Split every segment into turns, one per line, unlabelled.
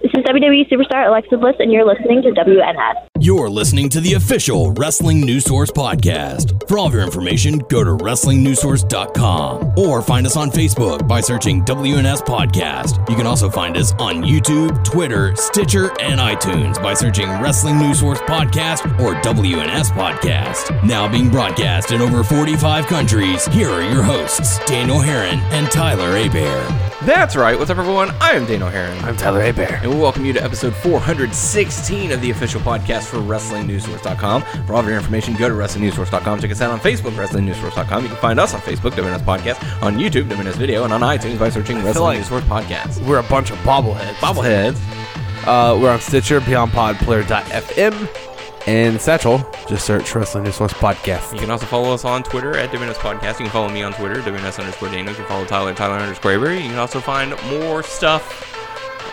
is WWE superstar Alexa Bliss, and you're listening to WNS.
You're listening to the official Wrestling News Source podcast. For all of your information, go to WrestlingNewsSource.com or find us on Facebook by searching WNS Podcast. You can also find us on YouTube, Twitter, Stitcher, and iTunes by searching Wrestling News Source Podcast or WNS Podcast. Now being broadcast in over 45 countries, here are your hosts, Daniel Herron and Tyler Abear.
That's right. What's up, everyone? I am Daniel Herron.
I'm Tyler Abear.
And we welcome you to episode 416 of the official podcast for WrestlingNewsSource.com. For all of your information, go to WrestlingNewsSource.com. Check us out on Facebook, WrestlingNewsSource.com. You can find us on Facebook, WNS Podcast, on YouTube, WNS Video, and on iTunes by searching Wrestling
like-
News Source Podcast.
We're a bunch of bobbleheads.
Bobbleheads.
Uh, we're on Stitcher, Beyond Pod, Player.fm, and Satchel. Just search Wrestling News Source
You
Podcast.
can also follow us on Twitter at WNS Podcast. You can follow me on Twitter, WNS underscore Daniel. You can follow Tyler, Tyler underscore Avery. You can also find more stuff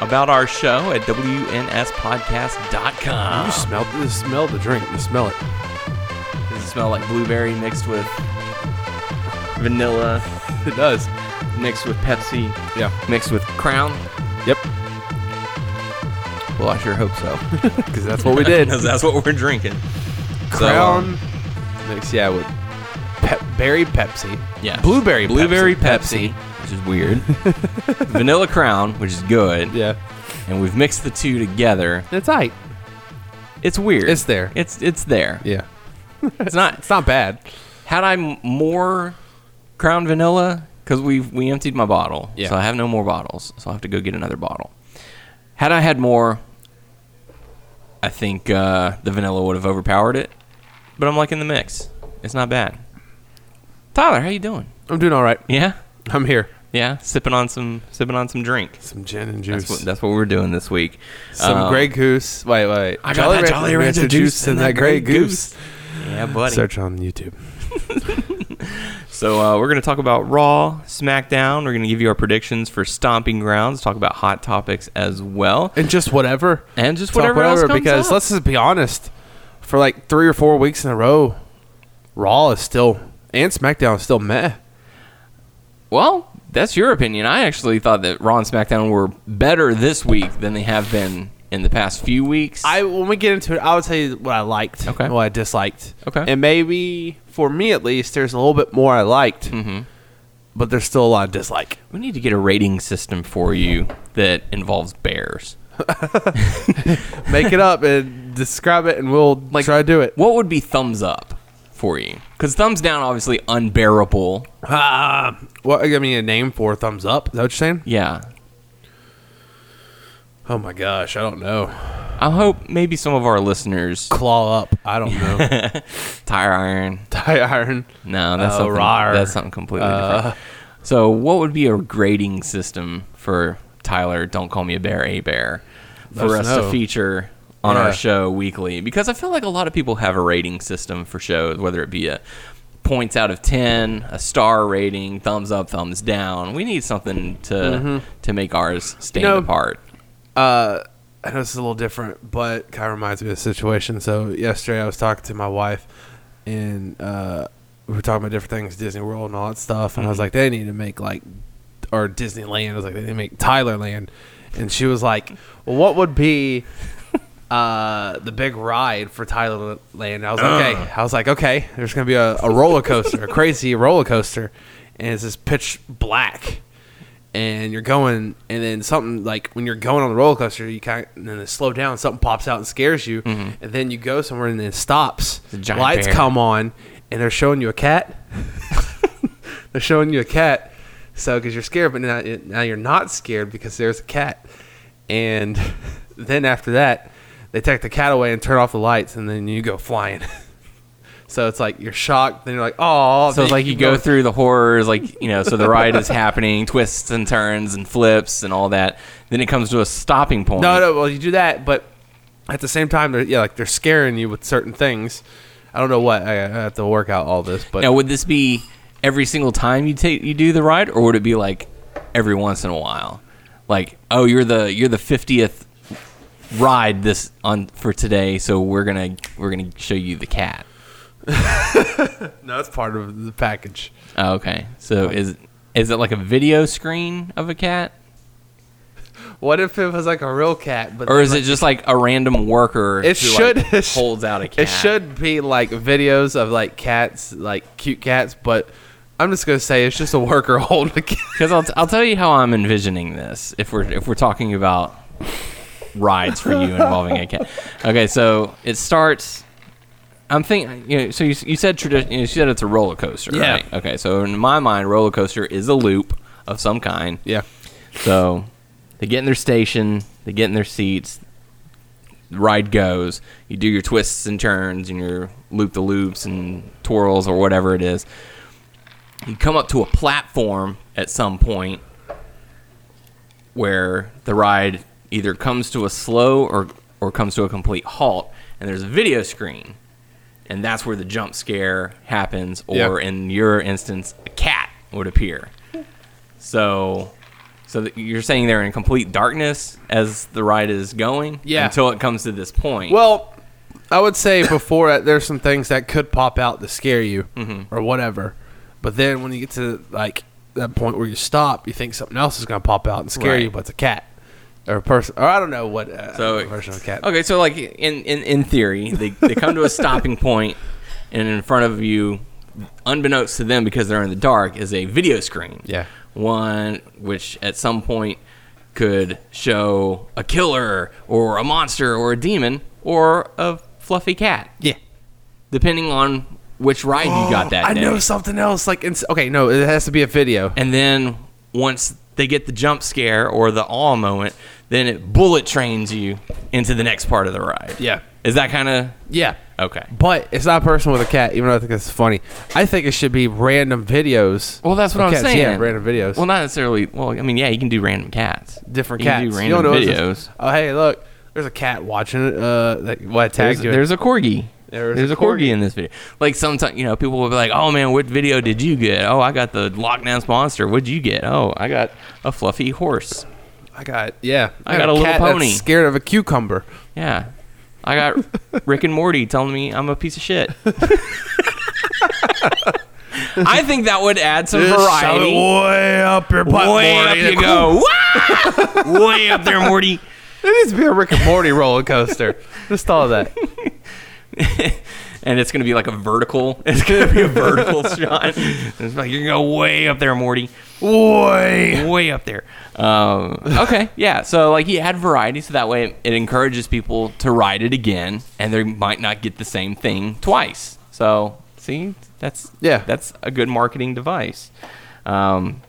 about our show at WNSPodcast.com.
You smell, you smell the drink. You smell it.
Does it smell like blueberry mixed with vanilla,
It does.
mixed with Pepsi,
Yeah.
mixed with Crown?
Yep.
Well, I sure hope so.
Because that's what we did.
Because that's what we're drinking.
Crown mix, yeah, with pep- berry Pepsi.
Yeah.
Blueberry Pepsi.
Blueberry Pepsi, which is weird. vanilla Crown, which is good.
Yeah.
And we've mixed the two together.
It's aight.
It's weird.
It's there.
It's it's there.
Yeah.
It's not.
It's not bad.
Had I m- more Crown Vanilla, because we we emptied my bottle,
Yeah.
so I have no more bottles, so I will have to go get another bottle. Had I had more, I think uh, the vanilla would have overpowered it. But I'm liking the mix. It's not bad. Tyler, how you doing?
I'm doing all right.
Yeah,
I'm here.
yeah, sipping on some sipping on some drink.
Some gin and
That's
juice.
what that's what we're doing this week.
Some
Um,
Grey Goose. Wait, wait.
I got that Jolly Rancher juice and that Grey Goose. Yeah, buddy.
Search on YouTube.
So uh, we're going to talk about Raw, SmackDown. We're going to give you our predictions for Stomping Grounds. Talk about hot topics as well,
And just whatever.
and just
Talk
whatever, else comes
because
up.
let's just be honest, for like three or four weeks in a row, Raw is still and SmackDown is still meh.
Well, that's your opinion. I actually thought that Raw and SmackDown were better this week than they have been in the past few weeks.
I when we get into it, I would tell you what I liked,
Okay.
what I disliked,
Okay.
and maybe for me at least, there's a little bit more I liked,
Mhm.
but there's still a lot of dislike.
we need to get a rating system for you that involves bears.
Make it up and describe it, and we'll
Like-
try to do it.
What would be thumbs up for you? Because thumbs down, obviously unbearable.
Um, what I mean, a name for thumbs up? Is that what you're saying?
Yeah,
Oh my gosh, I don't know.
I hope maybe some of our listeners
Claw up? I don't know.
tire iron.
Tie iron.
No, that's
Oh,
something.
rar. Uh,
That's something completely different. So, what would be a grading system for Tyler? Don't call me a bear, a bear, for
Let
us
us
to
know.
feature on
Yeah.
our show weekly? Because I feel like a lot of people have a rating system for shows, whether it be a points out of ten, a star rating, thumbs up, thumbs down. We need something to
Mm-hmm.
to make ours stand
You know,
apart.
uh, I know this is a little different, but kind of reminds me of a situation. So yesterday I was talking to my wife, and uh, we were talking about different things, Disney World and all that stuff. And I was like, they need to make like, or Disneyland. I was like, they need to make Tylerland. And she was like, well, what would be uh, the big ride for Thailand. I was like, okay.
Ah.
I was like, okay. There's gonna be a, a roller coaster, a crazy roller coaster, and it's just pitch black, and you're going, and then something like when you're going on the roller coaster, you kind of, and then it slow down, something pops out and scares you, and then you go somewhere and then it stops.
Mm-hmm. a giant
Lights
bear.
come on, and they're showing you a cat. they're showing you a cat, so because you're scared, but now, now you're not scared because there's a cat, and then after that, they take the cat away and turn off the lights, and then you go flying. so it's like you're shocked, then you're like, oh,
So it's like you go through the horrors, like you know, so the ride is happening, twists and turns and flips and all that. Then it comes to a stopping point.
No, no, well you do that, but at the same time, they're yeah, like they're scaring you with certain things. I don't know what I, I have to work out all this, but
Now, would this be every single time you take you do the ride, or would it be like every once in a while? Like, oh, you're the you're the fiftieth ride this on for today, so we're gonna we're gonna show you the cat.
no, that's part of the package.
Oh, okay, so is is it like a video screen of a cat?
What if it was like a real cat? But
Or
then,
is
like,
it just like a random worker?
It
who,
should-
like, holds out a cat.
It should be like videos of like cats, like cute cats. But I'm just gonna say it's just a worker holding a cat.
because I'll, t- I'll tell you how I'm envisioning this. If we're if we're talking about rides for you involving a cat, okay. So it starts. I'm thinking. You know, so you, s- you said tradition. You said it's a roller coaster,
Yeah.
right? Okay. So in my mind, roller coaster is a loop of some kind.
Yeah.
So they get in their station, they get in their seats, the ride goes, you do your twists and turns and your loop the loops and twirls or whatever it is. You come up to a platform at some point where the ride either comes to a slow or, or comes to a complete halt, and there's a video screen. And that's where the jump scare happens, or
Yeah.
in your instance, a cat would appear. So, so that you're saying they're in complete darkness as the ride is going,
Yeah.
until it comes to this point.
Well, I would say before that, there's some things that could pop out to scare you
Mm-hmm.
or whatever. But then when you get to like that point where you stop, you think something else is gonna pop out and scare
Right.
you, but it's a cat or a person or I don't know what uh,
so
version of a cat.
Okay, so like in in, in theory, they they come to a stopping point, and in front of you, unbeknownst to them because they're in the dark, is a video screen.
Yeah.
one which at some point could show a killer or a monster or a demon or a fluffy cat,
Yeah.
depending on which ride you got that
I
day.
know something else. Like, ins- okay, no, it has to be a video.
and then once they get the jump scare or the awe moment, then it bullet trains you into the next part of the ride.
Yeah.
Is that kind of
Yeah.
okay?
But it's not a person with a cat, even though I think that's funny. I think it should be random videos.
Well, that's what
of
I'm
cats.
saying.
Yeah, random videos.
Well, not necessarily. Well, I mean, yeah, you can do random cats,
different
you
cats.
Can do
You don't
random
know it's
videos.
just, oh, hey, look, there's a cat watching it. Uh, like, what
There's,
tagged you?
there's a corgi.
There is
there's
a
a corgi.
corgi.
in this video. Like sometimes, you know, people will be like, "Oh man, what video did you get? Oh, I got the lockdown sponsor. What'd you get? Oh, I got a fluffy horse.
I got yeah.
I got a little
cat that's
pony.
scared of a cucumber.
Yeah, I got Rick and Morty telling me I'm a piece of shit. I think that would add some variety.
way up your butt,
Way up
Morty.
you go. Wah! Way up there, Morty.
It needs to be a Rick and Morty roller coaster. Just all of that.
and it's gonna be like a vertical. It's gonna be a vertical shot. It's like you're gonna go way up there, Morty,
Boy.
way up there. Um, okay, yeah. So like you add variety, so that way it, it encourages people to ride it again, and they might not get the same thing twice. So see, that's
Yeah.
that's a good marketing device. Um,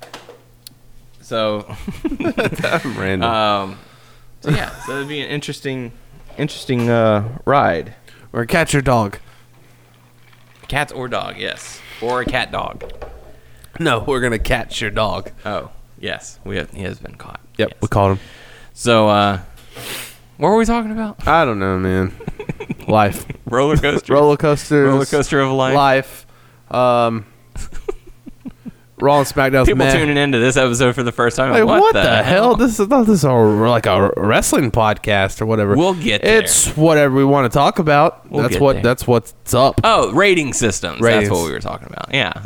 so
Random.
um, so yeah, so it'd be an interesting, interesting uh, ride.
or catch your dog.
Cats or dog, yes, or a cat dog.
No, we're gonna catch your dog.
Oh, yes. We have, he has been caught.
Yep,
Yes.
we called him.
So, uh, what were we talking about?
I don't know, man. Life.
Roller coaster.
roller coasters.
Roller coaster of life.
Life. Um, Raw and SmackDown's
People
meh.
tuning into this episode for the first time.
Like, what, the, hell? This is not this is a, like a wrestling podcast or whatever.
We'll get
It's whatever we want to talk about.
We'll
that's
get
what
there.
that's what's up.
Oh, rating systems.
Ratings.
That's what we were talking about. Yeah.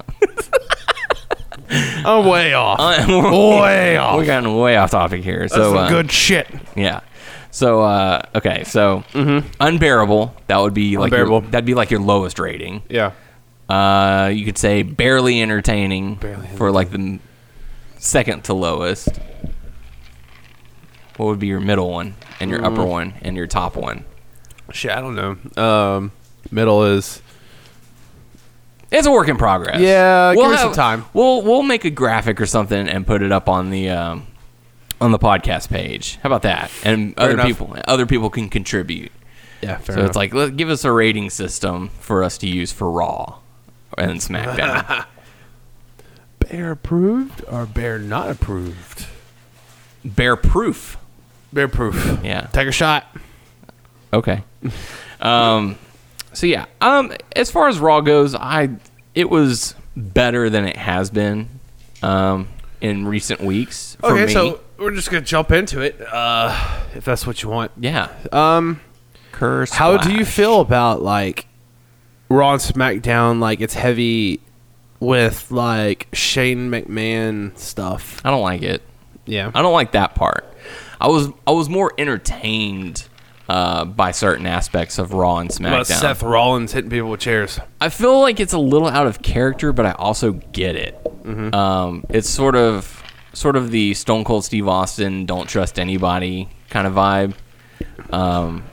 I'm way off.
Uh, we're,
way off.
we're getting way off topic here.
that's
so
some
uh,
good shit.
Yeah. So uh, okay. So unbearable. That would be like your-
Mm-hmm. Unbearable.
that'd be like your lowest rating.
Yeah.
Uh, you could say barely entertaining for like the m- second to lowest. What would be your middle one and your
Mm.
upper one and your top one?
Shit, I don't know. Um, middle is
It's a work in progress.
Yeah, give it some time.
We'll we'll make a graphic or something and put it up on the um, on the podcast page. How about that? And other
enough.
people other people can contribute.
yeah. Fair
so it's like let, give us a rating system for us to use for Raw and SmackDown.
bear approved or bear not approved.
Bear proof.
Bear proof.
Yeah.
Take a shot.
Okay. Um, so yeah. Um, as far as Raw goes, I it was better than it has been um, in recent weeks for
okay,
me.
so we're just gonna jump into it. Uh, if that's what you want.
yeah.
Um,
Curse.
how do you feel about like Raw and SmackDown? Like it's heavy with like Shane McMahon stuff.
I don't like it.
Yeah.
I don't like that part. I was I was more entertained uh, by certain aspects of Raw and SmackDown.
What about Seth Rollins hitting people with chairs?
I feel like it's a little out of character, but I also get it. Um, it's sort of sort of the Stone Cold Steve Austin "Don't Trust Anybody" kind of vibe, um,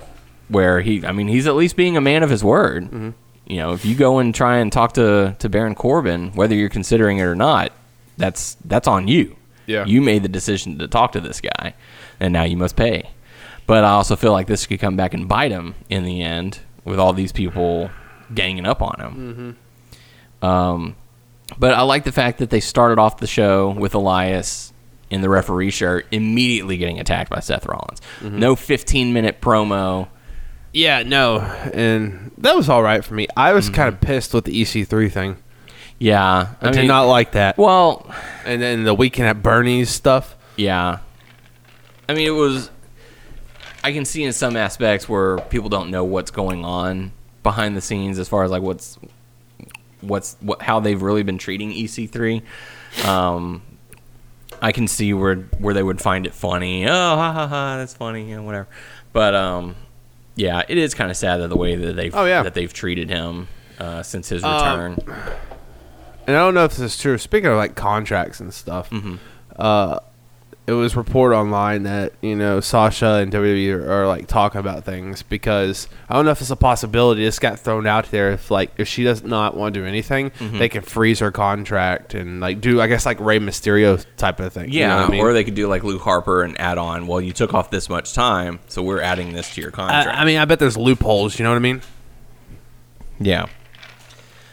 where he, I mean, he's at least being a man of his word. You know, if you go and try and talk to to Baron Corbin, whether you're considering it or not, that's that's on you.
Yeah.
you made the decision to talk to this guy, and now you must pay. But I also feel like this could come back and bite him in the end with all these people ganging up on him. Um, But I like the fact that they started off the show with Elias in the referee shirt immediately getting attacked by Seth Rollins. No 15 minute promo.
Yeah, no, and that was all right for me. I was kind of pissed with the EC3 thing.
Yeah.
I, did not like that.
Well,
and then the weekend at Bernie's stuff.
yeah. I mean, it was. I can see in some aspects where people don't know what's going on behind the scenes as far as like what's what's what how they've really been treating EC3. Um, I can see where where they would find it funny. Oh, ha ha ha, that's funny, you know, whatever. But um, yeah, it is kind of sad that the way that they've
Oh, yeah.
that they've treated him uh, since his return.
and I don't know if this is true. Speaking of like contracts and stuff,
Mm-hmm.
uh, it was reported online that you know Sasha and WWE are, are like talking about things because I don't know if it's a possibility. This got thrown out there if like if she does not want to do anything,
Mm-hmm.
they can freeze her contract and like do I guess like Rey Mysterio type of thing. you know
yeah,
what I mean?
or they could do like Lou Harper and add on. Well, you took off this much time, so we're adding this to your
Uh, I,
contract.
I mean, I bet there's loopholes. You know what I mean?
Yeah.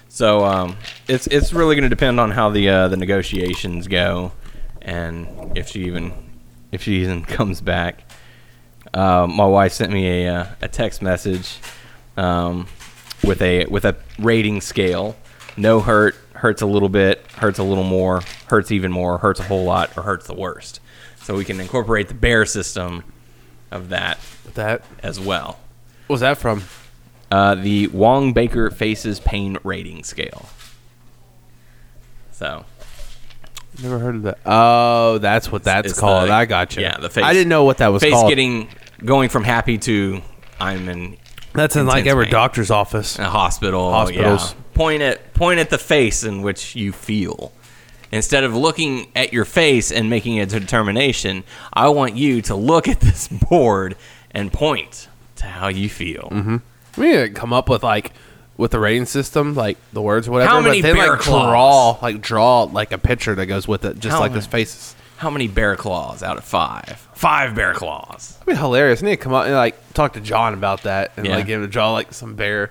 So um, it's it's really going to depend on how the uh, the negotiations go, and if she even if she even comes back. Uh, my wife sent me a uh, a text message um, with a with a rating scale. No hurt hurts a little bit, hurts a little more, hurts even more, hurts a whole lot, or hurts the worst. So we can incorporate the bear system of that
That
as well.
what was that from?
Uh, the Wong Baker Faces Pain rating scale. So,
Never heard of that. Oh, that's what that's
it's
called.
the-
I got you.
yeah, the face-
I didn't know what that was
face
called.
getting going from happy to I'm in
That's in like
Intense Uh,
every
pain.
doctor's office.
a hospital.
Hospitals.
yeah. Point at point at the face in which you feel. Instead of looking at your face and making a determination, I want you to look at this board and point to how you feel.
We need to come up with like with the rating system, like the words or whatever.
How many
but then,
bear
like,
claws?
draw like draw like a picture that goes with it, just
How
like
many-
those faces.
How many bear claws out of five? Five bear claws.
That'd be hilarious. We need to come up and like talk to John about that and
Yeah.
like get him to draw like some bear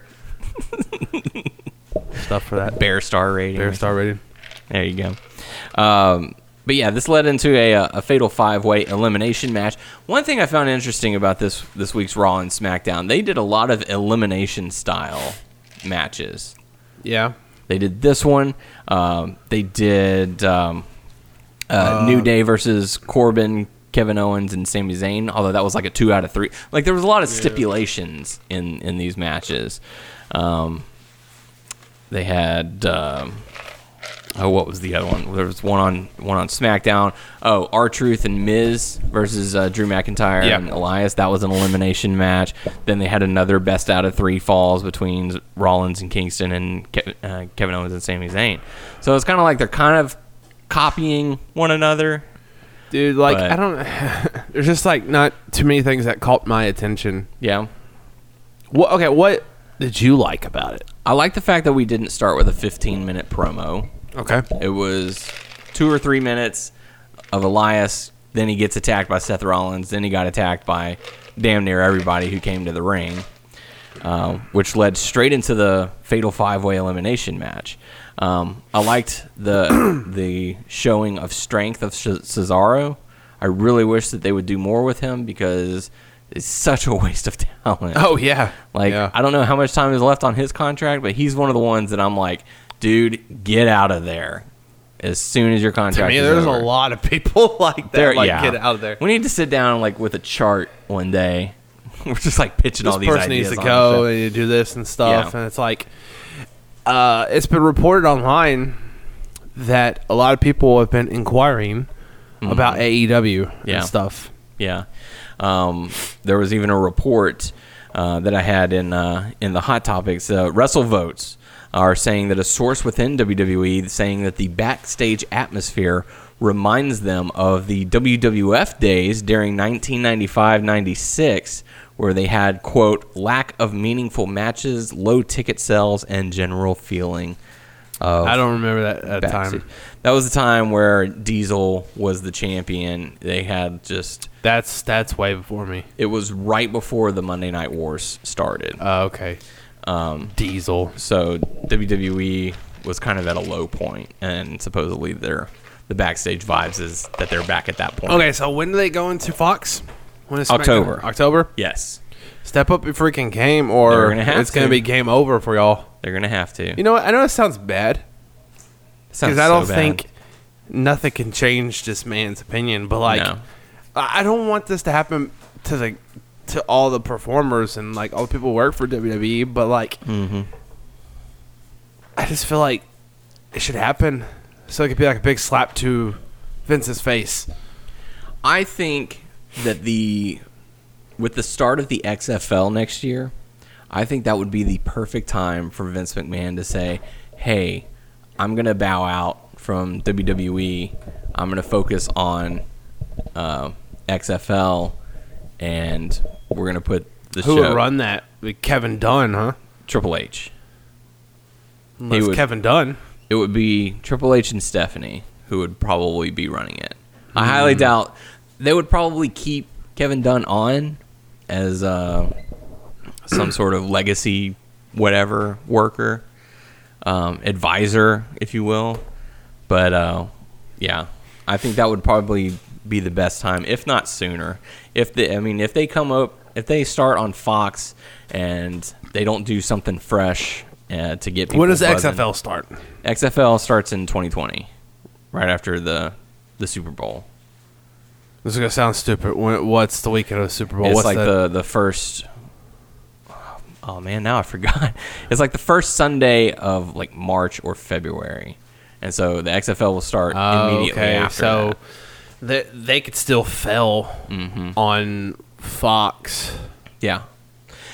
stuff for that.
Bear star rating.
Bear star rating.
There you go. Um, but yeah, this led into a, uh, a fatal five way elimination match. One thing I found interesting about this this week's Raw and SmackDown, they did a lot of elimination style matches.
Yeah.
They did this one. Um, they did um, uh, New Day versus Corbin, Kevin Owens, and Sami Zayn. Although that was like a two out of three. Like there was a lot of stipulations in in these matches. Um, they had. Um, Oh, what was the other one? There was one on one on SmackDown. Oh, R Truth and Miz versus uh, Drew McIntyre
Yeah.
and Elias. That was an elimination match. Then they had another best out of three falls between Rollins and Kingston and Ke- uh, Kevin Owens and Sami Zayn. So it's kind of like they're kind of copying one another.
Dude, like
But-
I don't there's just like not too many things that caught my attention.
Yeah,
What okay, what did you like about it?
I like the fact that we didn't start with a 15 minute promo.
Okay.
It was two or three minutes of Elias. Then he gets attacked by Seth Rollins. Then he got attacked by damn near everybody who came to the ring, um, which led straight into the fatal five way elimination match. Um, I liked the the showing of strength of Ce- Cesaro. I really wish that they would do more with him because it's such a waste of talent.
Oh yeah.
Like
yeah.
I don't know how much time is left on his contract, but he's one of the ones that I'm like, dude, get out of there as soon as your
I
contract.
mean,
is
there's
over.
a lot of people like that.
There,
like,
yeah.
get out of there.
We need to sit down like with a chart one day. We're just like pitching all
this
these
person
ideas.
needs to
on the
go
show.
and you do this and stuff
Yeah.
and it's like uh, it's been reported online that a lot of people have been inquiring about AEW
Mm-hmm. Yeah.
and stuff
Yeah. Um, there was even a report uh, that I had in uh, in the hot topics. Uh, Wrestle votes are saying that a source within WWE saying that the backstage atmosphere reminds them of the WWF days during 1995-96 where they had quote lack of meaningful matches, low ticket sales and general feeling of
I don't remember that, that
backstage.
time.
That was the time where Diesel was the champion. They had just
That's that's way before me.
it was right before the Monday Night Wars started.
Uh, okay. Um, Diesel.
So WWE was kind of at a low point, and supposedly their the backstage vibes is that they're back at that point.
Okay, so when do they go into Fox? When is SmackDown?
October.
October.
Yes,
Step up your freaking game,
They're
or
gonna have
it's gonna
to.
be game over for y'all.
they're gonna have to.
You know what? I know it sounds bad
Sounds
because I don't
so bad.
think nothing can change this man's opinion, but like,
No.
I I don't want this to happen to the to all the performers and like all the people who work for WWE. But like,
Mm-hmm.
I just feel like it should happen, so it could be like a big slap to Vince's face.
I think that the with the start of the XFL next year, I think that would be the perfect time for Vince McMahon to say, "Hey, I'm going to bow out from WWE. I'm going to focus on uh, XFL, and we're going to put the
Who
show
would run that? Like Kevin Dunn, huh?
Triple H.
Unless
would.
Kevin Dunn.
it would be Triple H and Stephanie who would probably be running it. I highly doubt they would probably keep Kevin Dunn on as uh, some sort of legacy, whatever worker, um, advisor, if you will. But uh, yeah, I think that would probably be the best time, if not sooner. If the, I mean, if they come up, if they start on Fox and they don't do something fresh uh, to get people.
When does the
buzzing-
XFL start?
XFL starts in 2020, right after the the Super Bowl.
This is gonna sound stupid. When, what's the weekend of the Super Bowl?
it's
what's
like
that?
the the first. Oh man, now I forgot. It's like the first Sunday of like March or February, and so the XFL will start
Oh,
immediately after.
So
that. Mm-hmm.
they they could still fail on Fox.
yeah.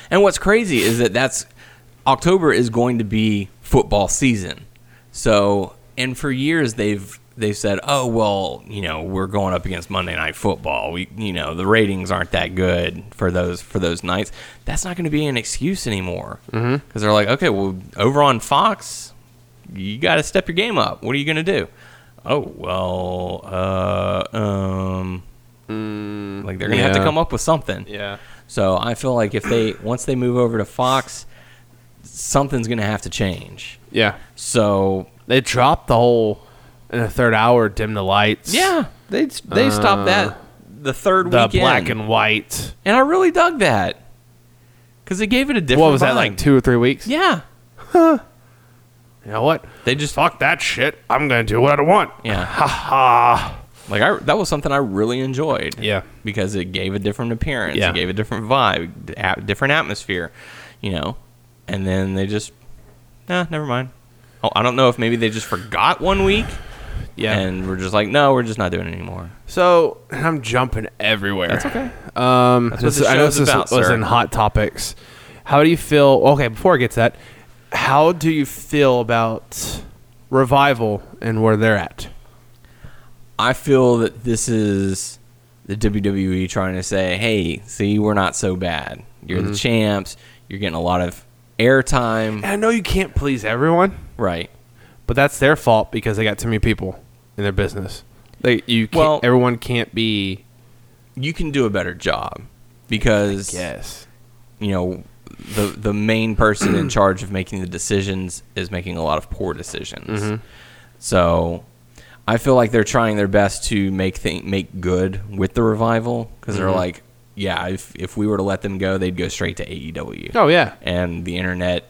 And what's crazy is that that's October is going to be football season. So, and for years they've they've said, "Oh, well, you know, we're going up against Monday Night Football. We, you know, the ratings aren't that good for those for those nights." That's not going to be an excuse anymore. Mm-hmm. Cuz they're like, "Okay, well, over on Fox, you got to step your game up. What are you going to do?" Oh, well, uh um like they're going to have to
Mm, yeah.
come up with something.
Yeah.
So I feel like if they once they move over to Fox, something's going to have to change.
Yeah.
So
They dropped the whole in the third hour, dim the lights.
yeah, they they stopped that the third
The
weekend,
black and white.
and I really dug that because it gave it a different.
What was that
vibe.
like two or three weeks?
Yeah,
You know what?
they just
Fuck that shit. I'm gonna do what I want.
yeah. Ha ha. Like I that was something I really enjoyed.
Yeah.
because it gave a different appearance.
Yeah.
It gave a different vibe, d- a- different atmosphere, you know. And then they just, nah, never mind. Oh, I don't know if maybe they just forgot one week.
Yeah.
and we're just like, no, we're just not doing it anymore.
so I'm jumping everywhere.
That's okay.
Um,
what
this,
the
I know
show's
this
about,
was
sir.
in hot topics. How do you feel? Okay, before I get to that, how do you feel about revival and where they're at?
I feel that this is the WWE trying to say, hey, see, we're not so bad. You're the champs. You're getting a lot of airtime,
I know you can't please everyone,
right?
but that's their fault because they got too many people in their business. They you can't,
Well-
everyone can't be
You can do a better job because
yes.
you know the the main person in charge of making the decisions is making a lot of poor decisions. So I feel like they're trying their best to make thing, make good with the revival because they're like, yeah, if if we were to let them go, they'd go straight to AEW.
Oh yeah,
and the internet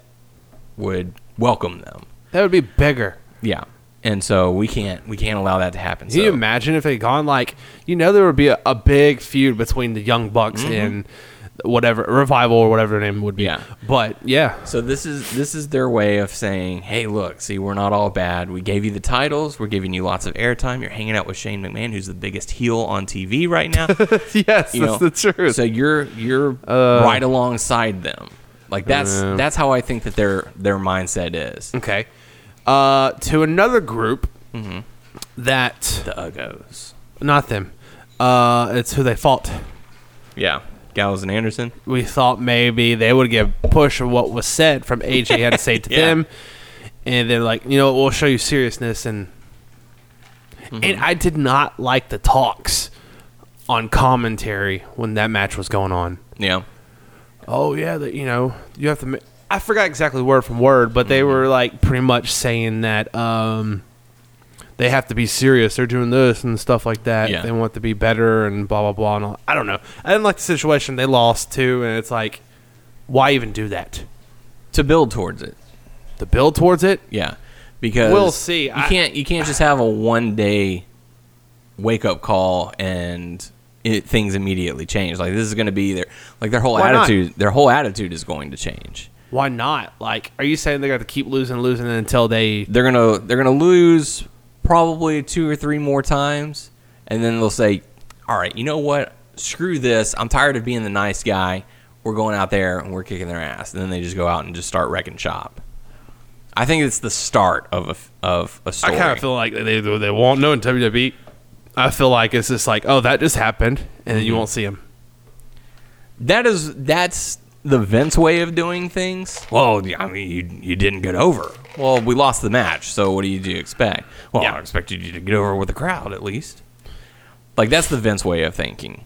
would welcome them.
that would be bigger.
Yeah. And so we can't we can't allow that to happen.
Can you
So-
Mm-hmm. imagine if they had gone like you know there would be a, a big feud between the Young Bucks and whatever revival or whatever the name would be.
Yeah.
But yeah,
So this is this is their way of saying, "Hey, look, see, we're not all bad. We gave you the titles. We're giving you lots of airtime. You're hanging out with Shane McMahon, who's the biggest heel on TV right now.
yes,
You
that's
know,
the truth. Uh.
So you're you're right alongside them. Like that's
Yeah.
that's how I think that their their mindset is.
okay. Uh, to another group that
The Uggos.
not them. Uh, it's who they fought.
Yeah, Gallows and Anderson.
We thought maybe they would get a push of what was said from AJ had to say to
Yeah.
them, and they're like, you know, what, we'll show you seriousness and and I did not like the talks on commentary when that match was going on.
Yeah,
oh yeah that you know you have to ma- i forgot exactly word from word but they were like pretty much saying that um they have to be serious they're doing this and stuff like that
Yeah.
they want to be better and blah blah blah and all. i don't know i didn't like the situation they lost too and it's like why even do that
to build towards it.
the build towards it
Yeah, because
We'll see.
You
I-
can't you can't just have a one day wake up call and it, things immediately change. Like this is going to be their like their whole
Why not?
attitude. Their whole attitude is going to change.
why not like are you saying they got to keep losing losing until they
They're gonna they're gonna lose probably two or three more times, and then they'll say, "All right, you know what? Screw this. I'm tired of being the nice guy. We're going out there and we're kicking their ass." And then they just go out and just start wrecking shop. I think it's the start of a f- of a
I
story.
kind of feel like they they won't know in WWE. I feel like it's just like, oh, that just happened, and then you won't see him.
that is that's the Vince way of doing things. Well, yeah, I mean, you you didn't get over. Well, we lost the match, so what do you, do you expect? Well,
Yeah.
I expected you to get over with the crowd at least. Like that's the Vince way of thinking,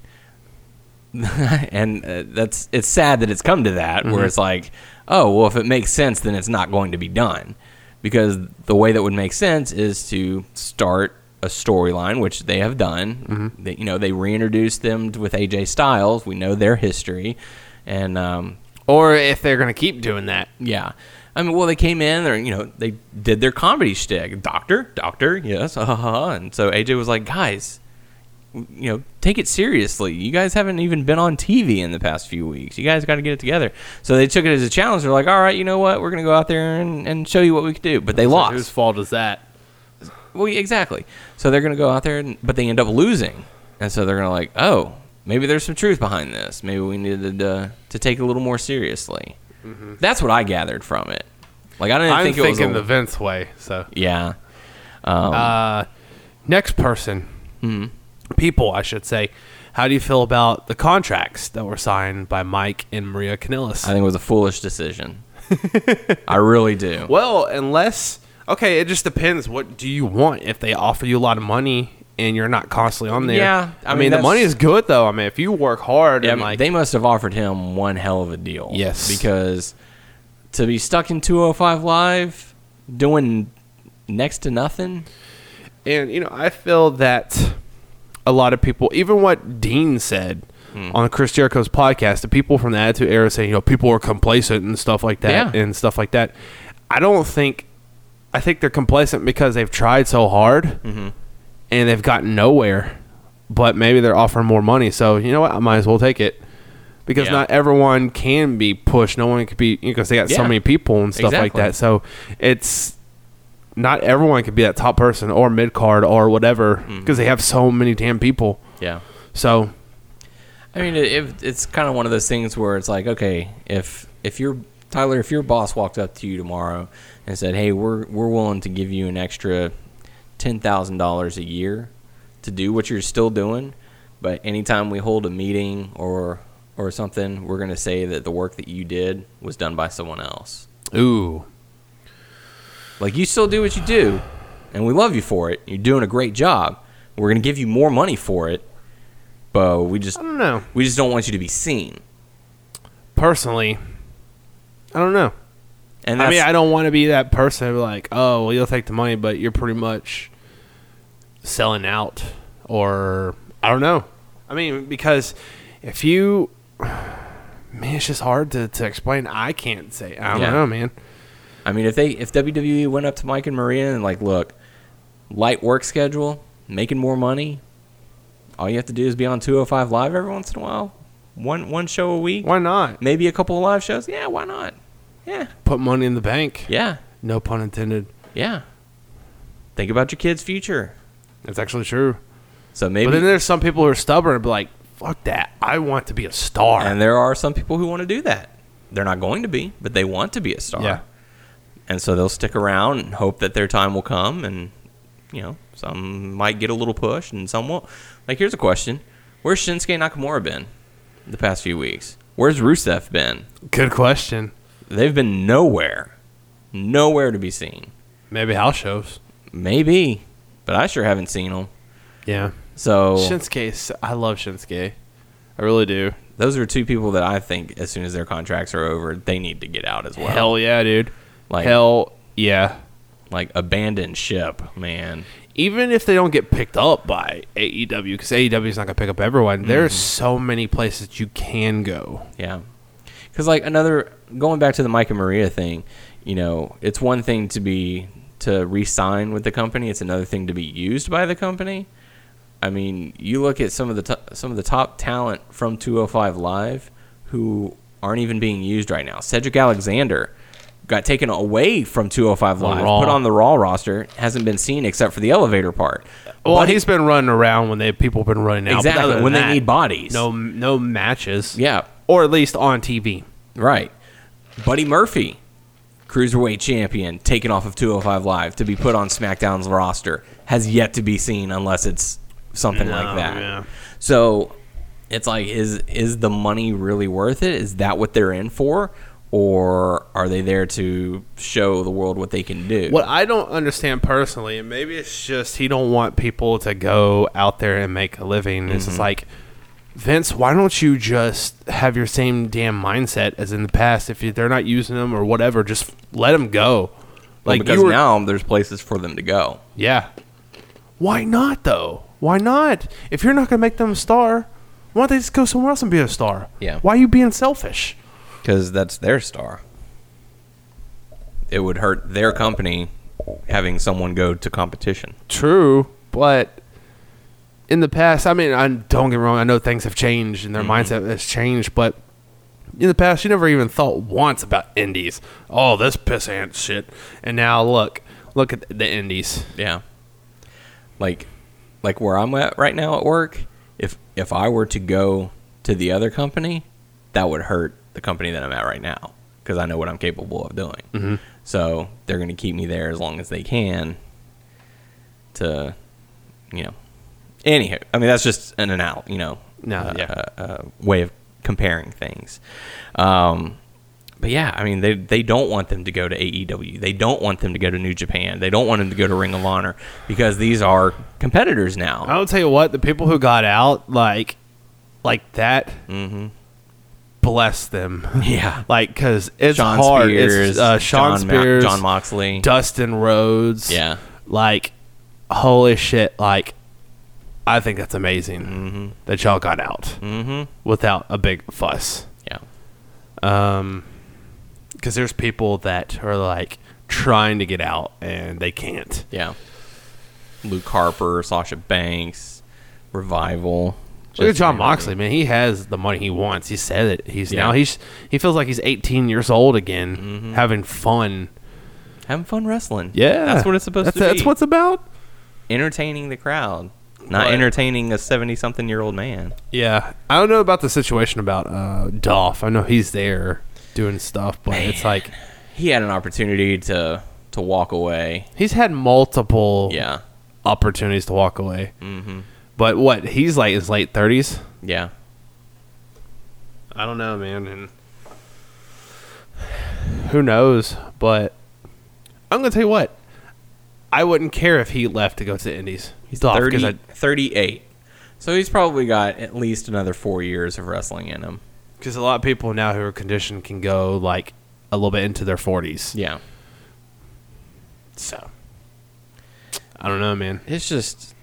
and uh, that's it's sad that it's come to that where it's like, oh well, if it makes sense, then it's not going to be done, because the way that would make sense is to start a storyline, which they have done. They, you know, they reintroduced them with AJ Styles. We know their history, and um,
Or if they're gonna keep doing that,
yeah. I mean, well, they came in, they you know, they did their comedy shtick. Doctor, doctor, yes, ha ha ha. And so AJ was like, guys, w- you know, take it seriously. You guys haven't even been on TV in the past few weeks. You guys got to get it together. So they took it as a challenge. They're like, all right, you know what? We're going to go out there and, and show you what we can do. But they
So whose
lost.
fault is that?
Well, yeah, exactly. So they're going to go out there, and, but they end up losing. And so they're going to like, oh, maybe there's some truth behind this. Maybe we needed to, to take it a little more seriously. That's what I gathered from it. Like I didn't
Mm-hmm. I'm
think it was
thinking
a-
the Vince way. So
yeah.
uh, next person,
Hmm.
people, I should say. How do you feel about the contracts that were signed by Mike and Maria Kanellis?
I think it was a foolish decision. I really do.
Well, unless okay, it just depends. What do you want? If they offer you a lot of money and you're not constantly on there,
Yeah, I
I,
mean,
mean, the
that's-
money is good though. I mean, if you work hard
Yeah,
and like
they must have offered him one hell of a deal.
Yes.
Because to be stuck in 205 live doing next to nothing.
And you know, I feel that a lot of people, even what Dean said
Hmm.
on Chris Jericho's podcast, the people from the Attitude Era saying, you know, people are complacent and stuff like that,
Yeah.
and stuff like that. I don't think, I think they're complacent because they've tried so hard
Mm-hmm.
and they've gotten nowhere. But maybe they're offering more money, so you know what? I might as well take it because
Yeah.
not everyone can be pushed. No one could be because they got so
Yeah.
many people and stuff like
Exactly.
that. So it's not everyone could be that top person or mid card or whatever
Mm-hmm.
because they have so many damn people.
Yeah.
So
I mean, it, it, it's kind of one of those things where it's like, okay, if if your Tyler, if your boss walked up to you tomorrow and said, "Hey, we're we're willing to give you an extra ten thousand dollars a year to do what you're still doing, but anytime we hold a meeting or or something, we're going to say that the work that you did was done by someone else.
ooh,
Like you still do what you do, and we love you for it. You're doing a great job. We're going to give you more money for it, but we just
I don't know.
we just don't want you to be seen."
Personally, I don't know.
And
I
that's,
mean, I don't want to be that person who like, oh, well, you'll take the money, but you're pretty much selling out, or I don't know. I mean, because if you, man, it's just hard to, to explain. I can't say. I don't
Yeah.
know, man.
I mean, if they if WWE went up to Mike and Maria and like, look, light work oh schedule, making more money, all you have to do is be on 205 Live every once in a while. One one show a week,
Why not?
maybe a couple of live shows. Yeah, why not? Yeah,
Put money in the bank.
yeah,
No pun intended.
yeah. Think about your kid's future.
That's actually true.
So maybe,
But then there's some people who are stubborn and be like, fuck that. I want to be a star.
and there are some people who want to do that. They're not going to be, but they want to be a star.
Yeah.
and so they'll stick around and hope that their time will come and you know some might get a little push and some won't like here's a question where's shinsuke nakamura been the past few weeks where's rusev been
Good question.
they've been nowhere nowhere to be seen
Maybe house shows.
maybe but i sure haven't seen them
Yeah.
so
Shinsuke, is- I love Shinsuke. I really do.
those are two people that i think as soon as their contracts are over they need to get out as well
Hell yeah, dude.
like
Hell yeah.
like abandon ship man
Even if they don't get picked up by E AEW, because AEW is not going to pick up everyone,
Mm-hmm.
there's so many places you can go.
Yeah. Because, like, another, going back to the Mike and Maria thing, you know, it's one thing to be, to re sign with the company, it's another thing to be used by the company. I mean, you look at some of the to- some of the top talent from 205 Live who aren't even being used right now. Cedric Alexander got taken away from 205 Live,
Raw.
put on the Raw roster, hasn't been seen except for the elevator part.
Well,
But-
he's been running around when they people have been running out. but
Exactly,
other than
when they
that,
need bodies.
No, no matches.
yeah,
or at least on TV.
Right. Buddy Murphy, cruiserweight champion, taken off of 205 Live to be put on SmackDown's roster, has yet to be seen unless it's something like that.
yeah.
So it's like, is is the money really worth it? Is that what they're in for? Or are they there to show the world what they can do?
What I don't understand personally, and maybe it's just he don't want people to go out there and make a living. It's
Mm-hmm.
just like Vince, why don't you just have your same damn mindset as in the past? If you, they're not using them or whatever, just let them go.
like
Like
because
you were,
now there's places for them to go.
yeah. Why not though? Why not? If you're not gonna make them a star, why don't they just go somewhere else and be a star?
Yeah.
Why are you being selfish?
because that's their star. It would hurt their company having someone go to competition.
True, but in the past, I mean, I don't get me wrong. I know things have changed and their
Mm-hmm.
mindset has changed, but in the past, you never even thought once about indies. Oh, this pissant shit! And now look, look at the indies.
Yeah. Like, like where I'm at right now at work. If if I were to go to the other company, that would hurt the company that I'm at right now because I know what I'm capable of doing. Mm-hmm. So they're going to keep me there as long as they can. To, you know. Anyhow, I mean that's just an anal, you know,
No,
uh,
yeah.
uh, uh, way of comparing things. Um, but yeah, I mean, they they don't want them to go to AEW. They don't want them to go to New Japan. They don't want them to go to Ring of Honor because these are competitors now.
I'll tell you what, the people who got out like, like that,
Mm-hmm.
bless them.
Yeah.
like because it's
Sean
hard.
Spears,
it's uh, Sean
John Ma-
Spears,
John Moxley.
Dustin Rhodes.
Yeah.
like holy shit! Like I think that's amazing that y'all got out Mm-hmm. without a big fuss.
Yeah.
Um, because there's people that are like trying to get out and they can't.
Yeah. Luke Harper, Sasha Banks, Revival.
Look at
Just-
John Moxley, man. He has the money he wants. He said it. He's
Yeah.
now he's he feels like he's 18 years old again, having fun.
Having fun wrestling.
Mm-hmm. Yeah,
That's what it's supposed
that's,
to be.
That's what's about.
entertaining the crowd, not
Right.
entertaining a 70 something year old man.
Yeah, I don't know about the situation about uh, Dolph. I know he's there doing stuff, but it's like
He had an opportunity to to walk away.
he's had multiple
Yeah.
opportunities to walk away. Mm-hmm. But what he's like his late thirties.
Yeah.
I don't know, man, and who knows? But I'm gonna tell you what. I wouldn't care if he left to go to the Indies. He's Dolph, 'cause
30,
I-
38. So he's probably got at least another four years of wrestling in him.
because a lot of people now who are conditioned can go like a little bit into their 40s.
Yeah.
So I don't know, man.
It's just.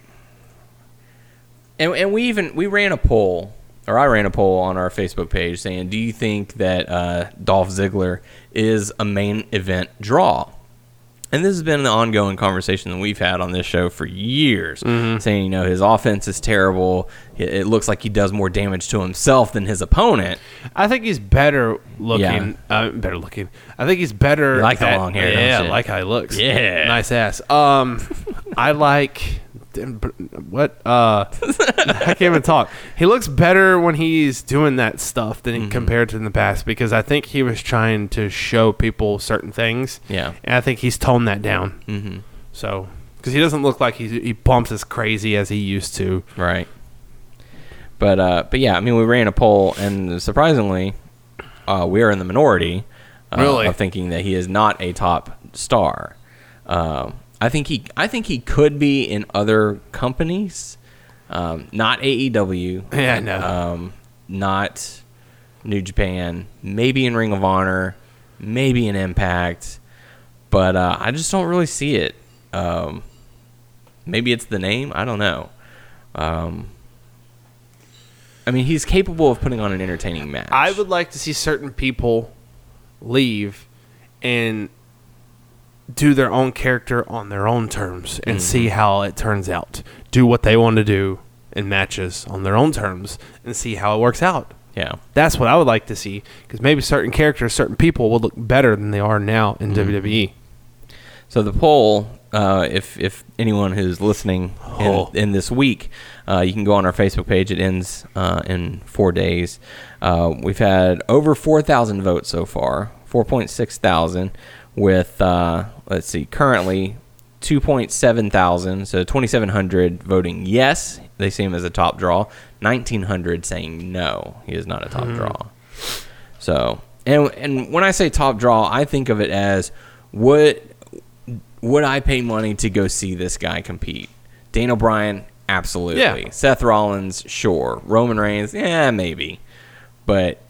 And, and we even we ran a poll, or I ran a poll on our Facebook page saying, "Do you think that uh, Dolph Ziggler is a main event draw?" and this has been an ongoing conversation that we've had on this show for years, saying, you know, his offense is terrible. It, it looks like he does more damage to himself than his opponent.
I think he's better looking. Uh, better looking. I think he's better.
You like the
at-
long hair, don't
Yeah,
you?
I like how he looks.
Yeah.
nice ass. Um, I like. damn, br- What? Uh, I can't even talk. He looks better when he's doing that stuff than
Mm-hmm.
compared to in the past because I think he was trying to show people certain things.
Yeah.
and I think he's toned that down. Mm-hmm. So, because he doesn't look like he he pumps as crazy as he used to.
Right. But uh, but yeah, I mean, we ran a poll, and surprisingly, uh, we are in the minority uh,
Really?
of thinking that he is not a top star. Um I think he I think he could be in other companies, um, not AEW,
Yeah, I know.
um, not New Japan, maybe in Ring of Honor, maybe in Impact, but uh, I just don't really see it. Um, maybe it's the name. I don't know. Um, I mean, he's capable of putting on an entertaining match.
I would like to see certain people leave and do their own character on their own terms and see how it turns out. Do what they want to do in matches on their own terms and see how it works out.
Yeah.
That's what I would like to see because maybe certain characters, certain people will look better than they are now in E. WWE.
So the poll, uh, if if anyone who's listening in,
Oh.
in this week, uh, you can go on our Facebook page. It ends uh, in four days. Uh, we've had over four thousand votes so far, four point six thousand. With uh, let's see, currently two point seven thousand, so twenty seven hundred voting yes. They see him as a top draw. Nineteen hundred saying no, he is not a top draw. So, and and when I say top draw, I think of it as would would I pay money to go see this guy compete? Daniel Bryan, absolutely.
Yeah.
Seth Rollins, sure. Roman Reigns, yeah, maybe. But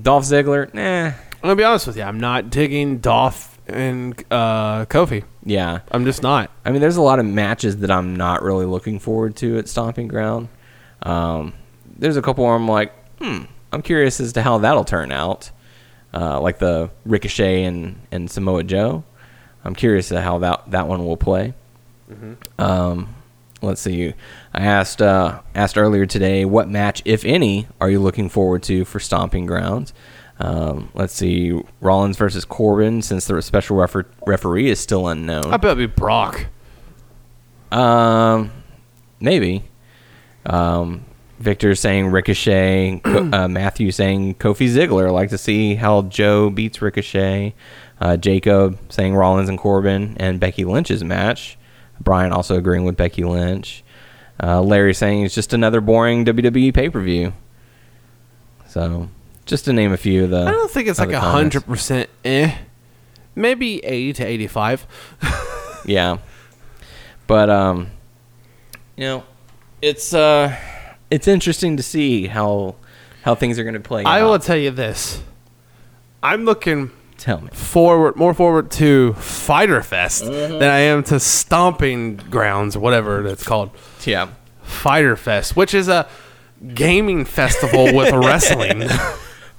Dolph Ziggler, nah,
I'm going to be honest with you. I'm not digging Dolph and uh, Kofi.
yeah.
I'm just not.
I mean, there's a lot of matches that I'm not really looking forward to at Stomping Ground. Um, there's a couple where I'm like, hmm, I'm curious as to how that'll turn out. Uh, like the Ricochet and, and Samoa Joe. I'm curious to how that, that one will play. Um, let's see. I asked uh, asked earlier today, what match, if any, are you looking forward to for Stomping Grounds? Um, let's see. Rollins versus Corbin, since the special refer- referee is still unknown.
I bet it'd be Brock.
Um, maybe. Um, Victor saying Ricochet, Co- uh, Matthew saying Kofi Ziggler. Like to see how Joe beats Ricochet. Uh, Jacob saying Rollins and Corbin and Becky Lynch's match. Brian also agreeing with Becky Lynch. Uh, Larry saying it's just another boring WWE pay per view. So, just to name a few of the.
I don't think it's
of
like
the
a
comments.
hundred percent. Eh, maybe eighty to eighty-five.
Yeah. But um you know, it's uh it's interesting to see how how things are going to play
I
out.
will tell you this: I'm looking
tell me.
forward, more forward to Fighter Fest
Mm-hmm.
than I am to Stomping Grounds, whatever it's called,
Yeah.
Fighter Fest, which is a gaming festival with wrestling.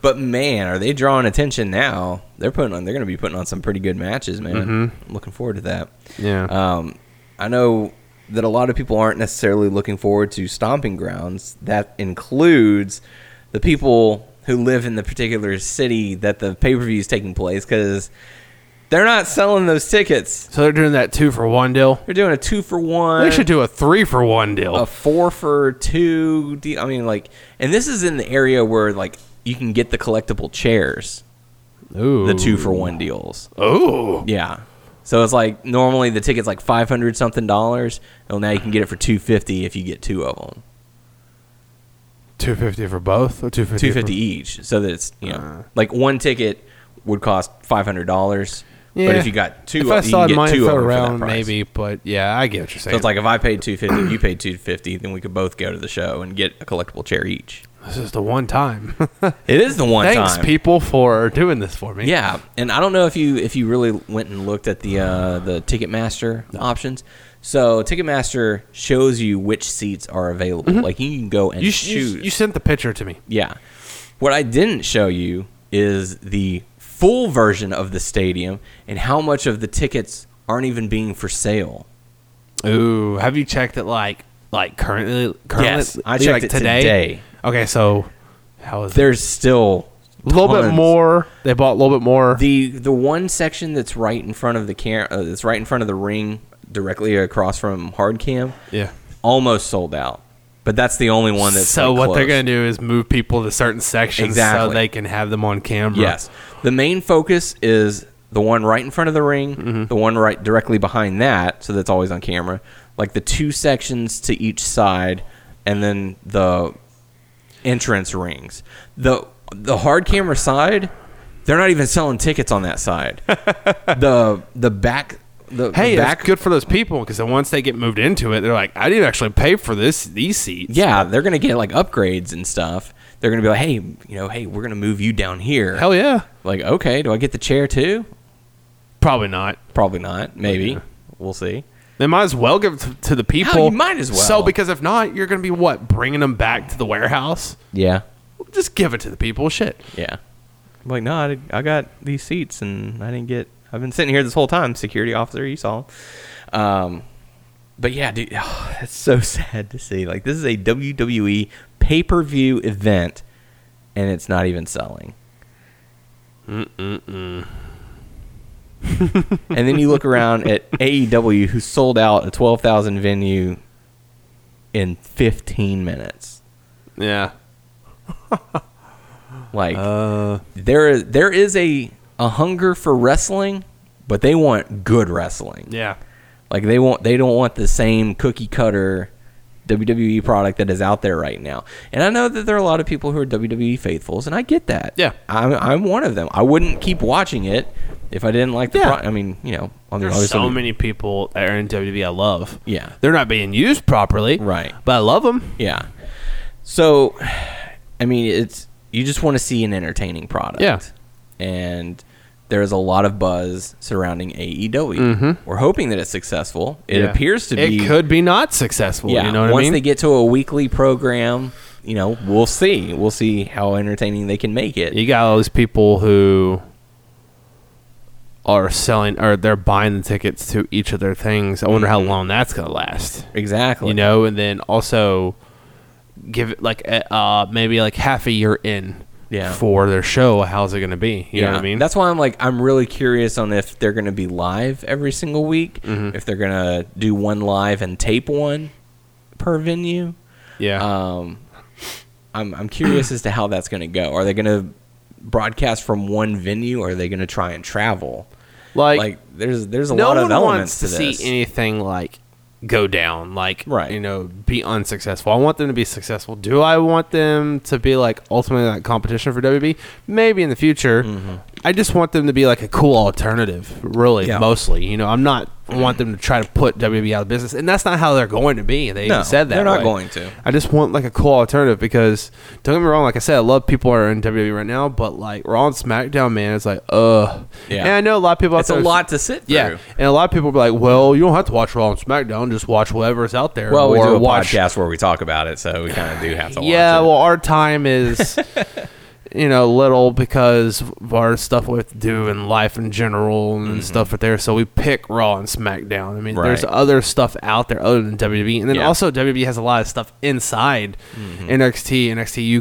But man, are they drawing attention now? They're putting on they're going to be putting on some pretty good matches, man.
Mm-hmm.
I'm looking forward to that.
Yeah.
Um I know that a lot of people aren't necessarily looking forward to stomping grounds. That includes the people who live in the particular city that the pay-per-view is taking place cuz they're not selling those tickets.
so they're doing that two for one deal.
They're doing a two for one.
They should do a three for one deal.
a four for two. de- I mean, like, and this is in the area where like you can get the collectible chairs,
Ooh.
oh, the two for one deals.
Ooh.
Yeah. So it's like normally the ticket's like five hundred something dollars. Well, now you can get it for two fifty if you get two of them,
Two fifty for both, or two fifty.
two fifty each. So that it's you know
Uh.
like one ticket would cost five hundred dollars, but if you got two,
if
of-
I
you
saw
can
it,
get
mine
two of
fell
them for that
around
price.
maybe, but yeah, I get what you're saying.
So it's like if I paid two fifty, you paid two fifty, then we could both go to the show and get a collectible chair each.
This is the one time.
It is the one
Thanks,
time.
people, for doing this for me.
Yeah, and I don't know if you if you really went and looked at the uh, the Ticketmaster options. So Ticketmaster shows you which seats are available. Like you can go and
Mm-hmm. You, sh-
choose.
you you sent the picture to me.
yeah. What I didn't show you is the full version of the stadium and how much of the tickets aren't even being for sale.
Ooh, have you checked it like like currently? currently
Yes, I
like,
checked it today.
Okay, so how is
There's still
a little bit
tons.
more? They bought a little bit more.
The the one section that's right in front of the cam, uh, that's right in front of the ring, directly across from hard cam,
yeah.
almost sold out. But that's the only one that's
so
like,
what they're
close.
gonna do is move people to certain sections so
Exactly.
they can have them on camera.
Yes. The main focus is the one right in front of the ring,
Mm-hmm.
the one right directly behind that, so that's always on camera, like the two sections to each side, and then the entrance rings. The the hard camera side, they're not even selling tickets on that side. the the back the, the
Hey,
back
that's good for those people because then once they get moved into it, they're like, I didn't actually pay for this these seats.
yeah, they're gonna get like upgrades and stuff. They're gonna be like, hey, you know, hey, we're gonna move you down here.
Hell yeah.
Like, okay, do I get the chair too?
Probably not.
Probably not. Maybe we'll see.
They might as well give it to, to the people.
you might as well.
So because if not, you're gonna be what bringing them back to the warehouse.
Yeah,
Just give it to the people. Shit.
yeah. I'm like, no, I, I got these seats and I didn't get. I've been sitting here this whole time, security officer. You saw. Um, but yeah, dude, that's so sad to see. Like, this is a WWE pay per view event, and it's not even selling. Mm-mm-mm. and then you look around at AEW, who sold out a twelve thousand venue in fifteen minutes.
Yeah.
Like there is there is a a hunger for wrestling, but they want good wrestling.
Yeah.
Like they want they don't want the same cookie cutter WWE product that is out there right now. And I know that there are a lot of people who are WWE faithfuls, and I get that.
Yeah.
I'm I'm one of them. I wouldn't keep watching it if I didn't like the.
Yeah.
Pro- I mean, you know, on the
There's so many people that are in WWE I love.
Yeah.
They're not being used properly.
Right.
But I love them.
Yeah. So, I mean, it's you just want to see an entertaining product.
Yeah.
And there is a lot of buzz surrounding AEW. We're hoping that it's successful. It appears to be.
Mm-hmm. It could be not successful.
Yeah.
You know what
once
I mean?
they get to a weekly program, you know, we'll see. We'll see how entertaining they can make it.
you got all these people who are selling or they're buying the tickets to each of their things. I wonder how
Mm-hmm.
long that's going to last.
Exactly.
You know, and then also give it like a- uh, maybe like half a year in
Yeah.
for their show. How's it going to be? You know what I mean?
That's why I'm like I'm really curious on if they're going to be live every single week,
Mm-hmm.
if they're going to do one live and tape one per venue.
yeah.
Um, I'm I'm curious as to how that's going to go. Are they going to broadcast from one venue, or are they going to try and travel? Like, there's there's a
no
lot of
one
elements
wants
to,
to,
this.
see anything like go down like
Right.
you know be unsuccessful i want them to be successful do i want them to be like ultimately like competition for wb maybe in the future
Mm-hmm.
i just want them to be like a cool alternative really
Yeah.
mostly you know i'm not I want them to try to put wb out of business and that's not how they're going to be they
No,
even said that
they're not
way.
going to.
i just want like a cool alternative because don't get me wrong like i said i love people who are in wb right now but like we're on smackdown man it's like uh
Yeah.
and i know a lot of people out
it's a
there-
lot to sit through.
yeah, and a lot of people be like, "Well, you don't have to watch Raw and SmackDown; just watch whatever's out there."
Well, we
or
do a
watch,
podcast where we talk about it, so we kind of do have to.
Yeah,
watch it.
well, our time is, you know, little because of our stuff with to do in life in general and stuff right there. So we pick Raw and SmackDown. I mean, there's
Mm-hmm. Right.
other stuff out there other than WWE, and then
Yeah. Mm-hmm.
also WWE has a lot of stuff inside NXT, NXT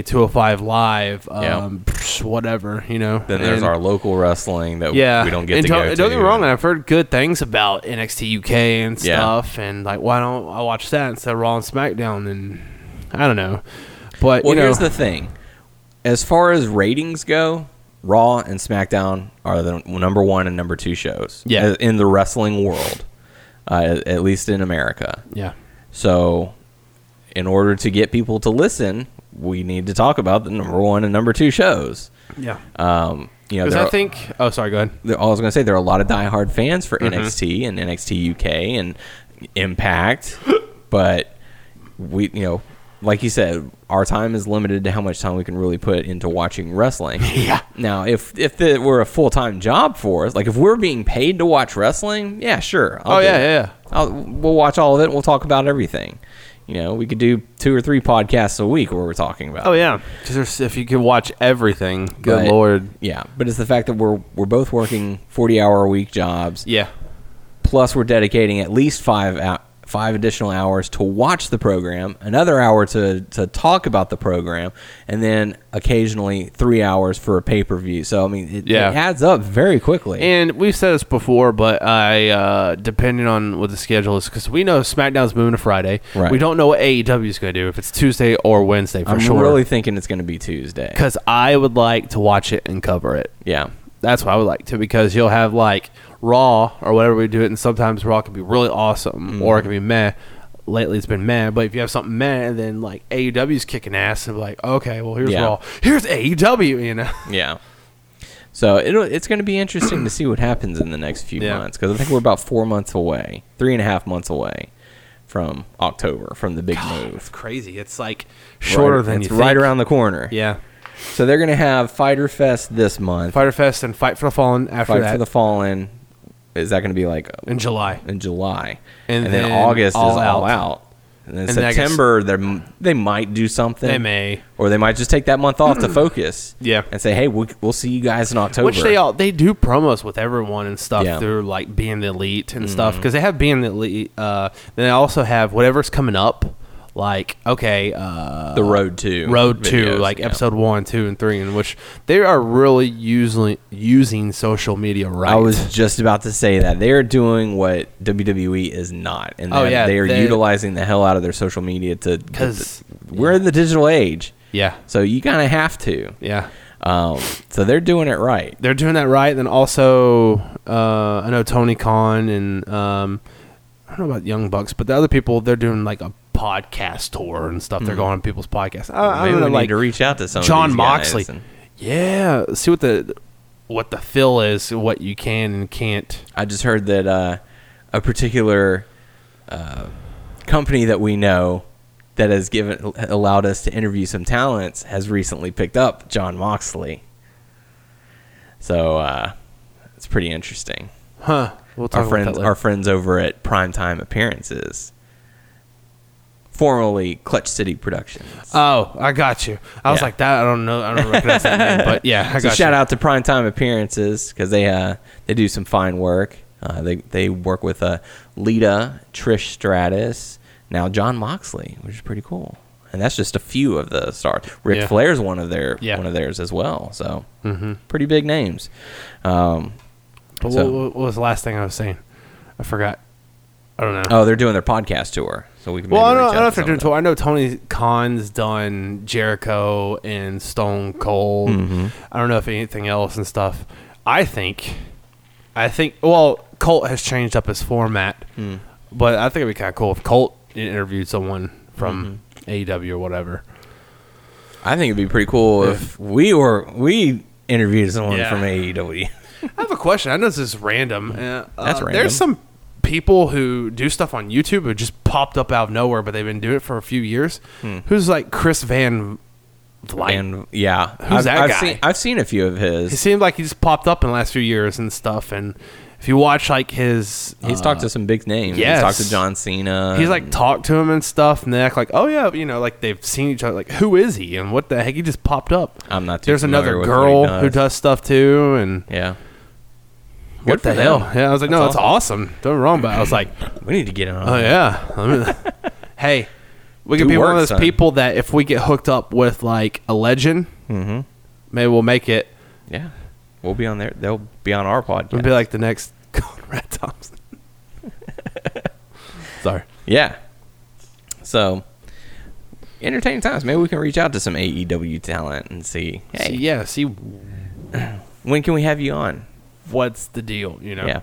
UK, 205 Live,
Yeah.
um, psh, whatever. You know,
then there's
And-
our local wrestling that
yeah,
Oh, we don't get
and
to
don't,
go
Don't
to.
get me wrong, I've heard good things about NXT UK and
Yeah.
stuff, and like why don't I watch that instead of Raw and SmackDown? And I don't know, but
Well,
you know,
here's the thing. As far as ratings go, Raw and SmackDown are the number one and number two shows.
Yeah.
uh, in the wrestling world, uh, at least in America.
yeah,
So, in order to get people to listen, we need to talk about the number one and number two shows.
yeah.
Um, you know,
Because
there
I
are-
think, oh, sorry, go ahead.
there- I was going to say there are a lot of diehard fans for
Mm-hmm.
NXT and NXT UK and Impact, but we, you know, like you said, our time is limited to how much time we can really put into watching wrestling.
Yeah.
Now, if if it were a full time job for us, like if we're being paid to watch wrestling, yeah, sure. I'll
Oh,
do
yeah,
it.
yeah, yeah.
I'll, we'll watch all of it. and We'll talk about everything. You know, we could do two or three podcasts a week where we're talking about.
Oh yeah, because if you could watch everything, good
But-
lord,
Yeah, but it's the fact that we're we're both working forty hour a week jobs.
yeah,
Plus, we're dedicating at least five ou- five additional hours to watch the program, another hour to to talk about the program, and then occasionally three hours for a pay per view. So I mean, it,
Yeah.
it adds up very quickly.
And we've said this before, but I uh, depending on what the schedule is, because we know SmackDown's moving to Friday.
Right.
We don't know what AEW is going to do if it's Tuesday or Wednesday for
I'm
sure.
really thinking it's going to be Tuesday.
because I would like to watch it and cover it.
Yeah.
That's what I would like to because you'll have like Raw or whatever we do it, and sometimes Raw can be really awesome or it can be meh. Lately it's been meh, but if you have something meh, and then like AEW's kicking ass and be like, okay, well here's
Yeah.
Raw, here's AEW, you know.
Yeah. So it'll, it's going to be interesting to see what happens in the next few
Yeah.
months because I think we're about four months away, three and a half months away from October from the big move.
Crazy. It's like shorter
Right-
than
it's
you
right
think.
around the corner.
Yeah.
So they're going to have Fighter Fest this month.
Fighter Fest and Fight for the Fallen after
Fight
that
for the Fallen is that going to be like
in July.
in July,
And
then,
then
August is
All
all
Out.
out, and then
And then I guess-
September they are they might do something.
They may.
or they might just take that month off to focus.
Yeah.
and say, hey, we'll, we'll see you guys in October.
Which they all they do promos with everyone and stuff
Yeah.
through like being the elite and stuff because they have being the elite. Uh, then they also have whatever's coming up, like okay, uh,
the road to
Road Two,
videos,
like
yeah.
episode one, two, and three, in which they are really using using social media right.
I was just about to say that they are doing what WWE is not, and
Oh,
that
yeah,
they are
they-
utilizing the hell out of their social media to
'Cause-
we're in the digital age,
yeah,
so you kind of have to.
yeah.
Um, so they're doing it right.
they're doing that right. Then also, uh, I know Tony Khan and um, I don't know about Young Bucks, but the other people they're doing like a podcast tour and stuff. They're going on people's podcasts. I, I
Mm-hmm. Maybe
don't
we
know,
need
like
to reach out to some of
John
these guys
Moxley.
and-
Yeah, see what the what the feel is, what you can and can't.
I just heard that uh, a particular uh, company that we know that has given allowed us to interview some talents has recently picked up John Moxley. So uh, it's pretty interesting.
Huh? We'll talk
Our
about
friends,
that later.
our friends over at Primetime Appearances, formerly Clutch City Productions.
Oh, I got you. I was
Yeah.
like that. I don't know. I don't recognize that name, but yeah, I
so
got
shout
you.
out to Primetime Appearances because they uh, they do some fine work. Uh, they they work with uh, Lita, Trish Stratus, now John Moxley, which is pretty cool. And that's just a few of the stars. Ric
Yeah.
Flair's one of their
Yeah. Mm-hmm.
one of theirs as well. So pretty big names. Um,
But
so-
what, what was the last thing I was saying? I forgot. I don't know.
oh, they're doing their podcast tour, so we can.
Well, I
maybe
don't, I
reach
don't know
out
if
to
they're doing
some
tour.
of
I know Tony Khan's done Jericho and Stone Cold. I don't know if anything else and stuff. I think, I think. Well, Colt has changed up his format, but I think it'd be kind of cool if Colt interviewed someone from AEW or whatever.
them. I think it'd be pretty cool if we were we interviewed someone
Yeah.
from E AEW.
I have a question. I know this is random. Uh,
That's
uh,
random.
There's some people who do stuff on YouTube who just popped up out of nowhere, but they've been doing it for a few years.
Hmm.
Who's like Chris Van Vliet?
and yeah,
Who's
I've,
that
I've
guy?
Seen, I've seen a few of his.
He seemed like he just popped up in the last few years and stuff. And if you watch like his,
He's
uh,
talked to some big names. He's
yes.
talked to John Cena.
he's like
and-
talked to him and stuff, and they act like, oh yeah, you know, like they've seen each other. Like, who is he? And what the heck? He just popped up.
I'm not too
There's
familiar
another
with what he
girl
does.
who does stuff too, and
Yeah.
what
for
the hell?
them.
Yeah, I was like, no,
That's
that's awesome. Don't wrong, but I was like,
We need to get him on.
oh yeah, Let me- hey, we could
Do
be one
work,
of those
son.
people that if we get hooked up with like a legend,
Mm-hmm.
maybe we'll make it.
Yeah. We'll be on there. They'll be on our
We'll
podcast.
be like the next Conrad Thompson. Sorry.
yeah. So, entertaining times. Maybe we can reach out to some AEW talent and see. Hey,
See, yeah, see
when can we have you on?
what's the deal, you know?
Yeah.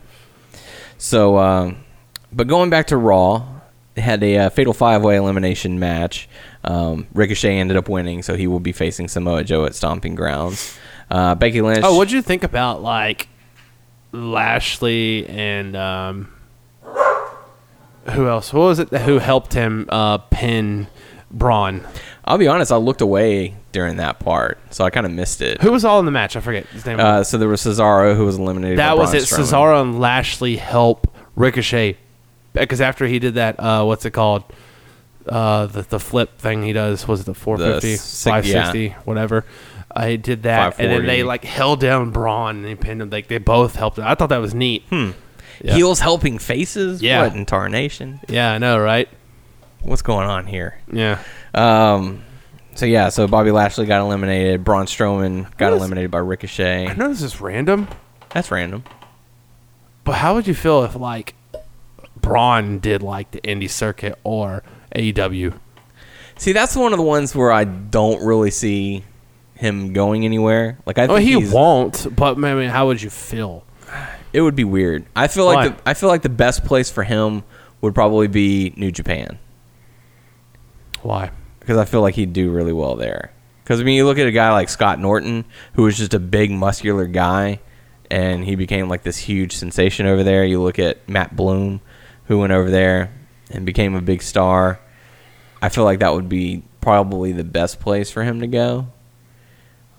So, um, but going back to Raw, they had a uh, fatal five way elimination match. Um, Ricochet ended up winning, so he will be facing Samoa Joe at Stomping Grounds. Uh, Becky Lynch.
Oh, what'd you think about like Lashley and um who else? What was it that- who helped him uh pin Braun?
I'll be honest, I looked away during that part, so I kind of missed it.
Who was all in the match? I forget his name.
Uh, so there was Cesaro who was eliminated.
that
by
was
Braun
it.
Strowman.
Cesaro and Lashley help Ricochet because after he did that, uh, what's it called? Uh, the the flip thing he does was it the 450,
si- yeah.
560, whatever. I did that, and
540.
then
Hmm.
they like held down Braun and they pinned him. Like they both helped. him. I thought that was neat. Yeah.
Heels helping faces.
Yeah.
What in tarnation?
Yeah, I know, right?
What's going on here?
Yeah.
Um. So yeah, so Bobby Lashley got eliminated. Braun Strowman got
What is-
eliminated by Ricochet.
I know this is random,
That's random.
but how would you feel if like Braun did like the indie circuit or E AEW?
See, that's one of the ones where I don't really see him going anywhere. Like I think
Well, Oh, he
he's-
won't. But I mean, how would you feel?
It would be weird. I feel
Why?
like the, I feel like the best place for him would probably be New Japan
Why?
because I feel like he'd do really well there. Because I mean, you look at a guy like Scott Norton, who was just a big muscular guy, and he became like this huge sensation over there. You look at Matt Bloom, who went over there and became a big star. I feel like that would be probably the best place for him to go.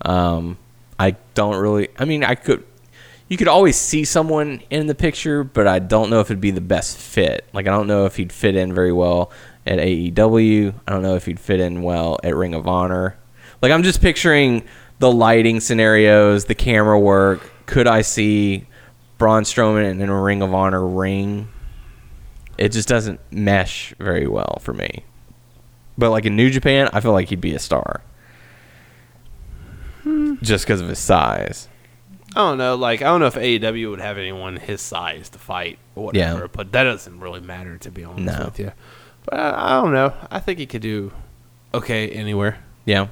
Um, I don't really. I mean, I could. You could always see someone in the picture, but I don't know if it'd be the best fit. Like, I don't know if he'd fit in very well at AEW. I don't know if he'd fit in well at Ring of Honor. Like, I'm just picturing the lighting scenarios, the camera work. Could I see Braun Strowman in a Ring of Honor ring? It just doesn't mesh very well for me. But like in New Japan, I feel like he'd be a star. Just because of his size.
I don't know. Like I don't know if AEW would have anyone his size to fight or whatever.
Yeah.
But that doesn't really matter to be honest
No.
with you. But I, I don't know. I think he could do okay anywhere.
Yeah.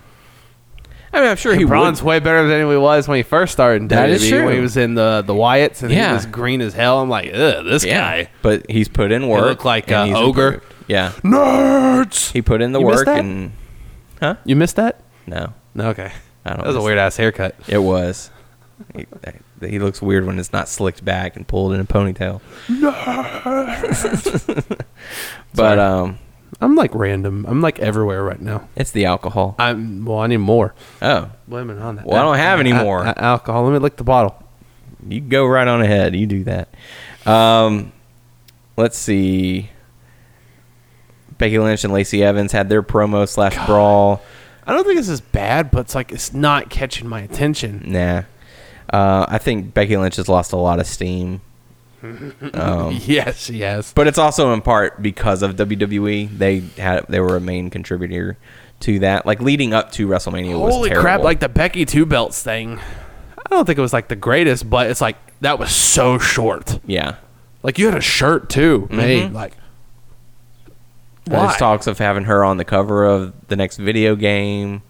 I mean, I'm sure he
Braun's
would.
way better than he was when he first started in
That
WWE.
is
When
true.
he was in the the Wyatts and
Yeah.
he was green as hell. I'm like, ugh, this
Yeah.
guy.
But he's put in work.
looked like
and
a
he's
ogre.
improved. Yeah.
Nerds.
He put in the
You missed
work
that?
and. Huh?
You missed that?
No.
No, okay.
I don't
That was a
miss
weird ass haircut.
It was. He, he looks weird when it's not slicked back and pulled in a ponytail. but um,
I'm like random. I'm like everywhere right now.
it's the alcohol.
I'm well. I need more.
Oh,
Women on that.
Well, I don't have any
Al-
more.
al- alcohol. Let me lick the bottle.
you go right on ahead. You do that. Um, let's see. Becky Lynch and Lacey Evans had their promo slash brawl.
I don't think this is bad, but it's like it's not catching my attention.
Nah, uh, I think Becky Lynch has lost a lot of steam,
yes, yes.
but it's also in part because of WWE. They had they were a main contributor to that. Like leading up to WrestleMania was
Holy
terrible.
crap! Like the Becky two belts thing. I don't think it was like the greatest, but it's like that was so short.
yeah.
Like you had a shirt too, made like.
Why? There's
Why?
talks of having her on the cover of the next video game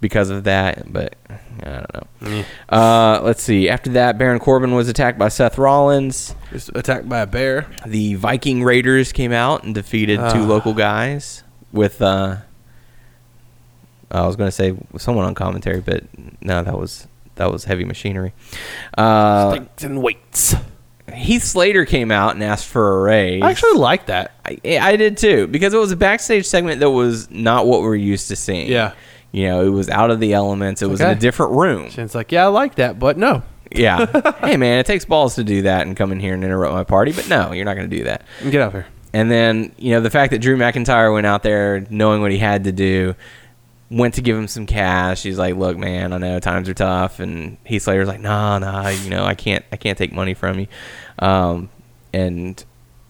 because of that, but I don't know.
Mm.
Uh, let's see. After that, Baron Corbin was attacked by Seth Rollins.
Just attacked by a bear.
The Viking Raiders came out and defeated
Ah.
two local guys with. Uh, I was going to say someone on commentary, but no, that was that was heavy machinery. Uh,
Like and weights.
Heath Slater came out and asked for a raise.
I actually like that.
I, I did too because it was a backstage segment that was not what we're used to seeing.
Yeah.
You know, it was out of the elements. It was in a
Okay.
different room.
And it's like, yeah, I like that, but no.
Yeah. hey, man, it takes balls to do that and come in here and interrupt my party, but no, you're not going to do that.
Get out of here.
And then, you know, the fact that Drew McIntyre went out there knowing what he had to do, went to give him some cash. He's like, "Look, man, I know times are tough." And Heath Slater's like, "Nah, nah, you know, I can't, I can't take money from you." Um, and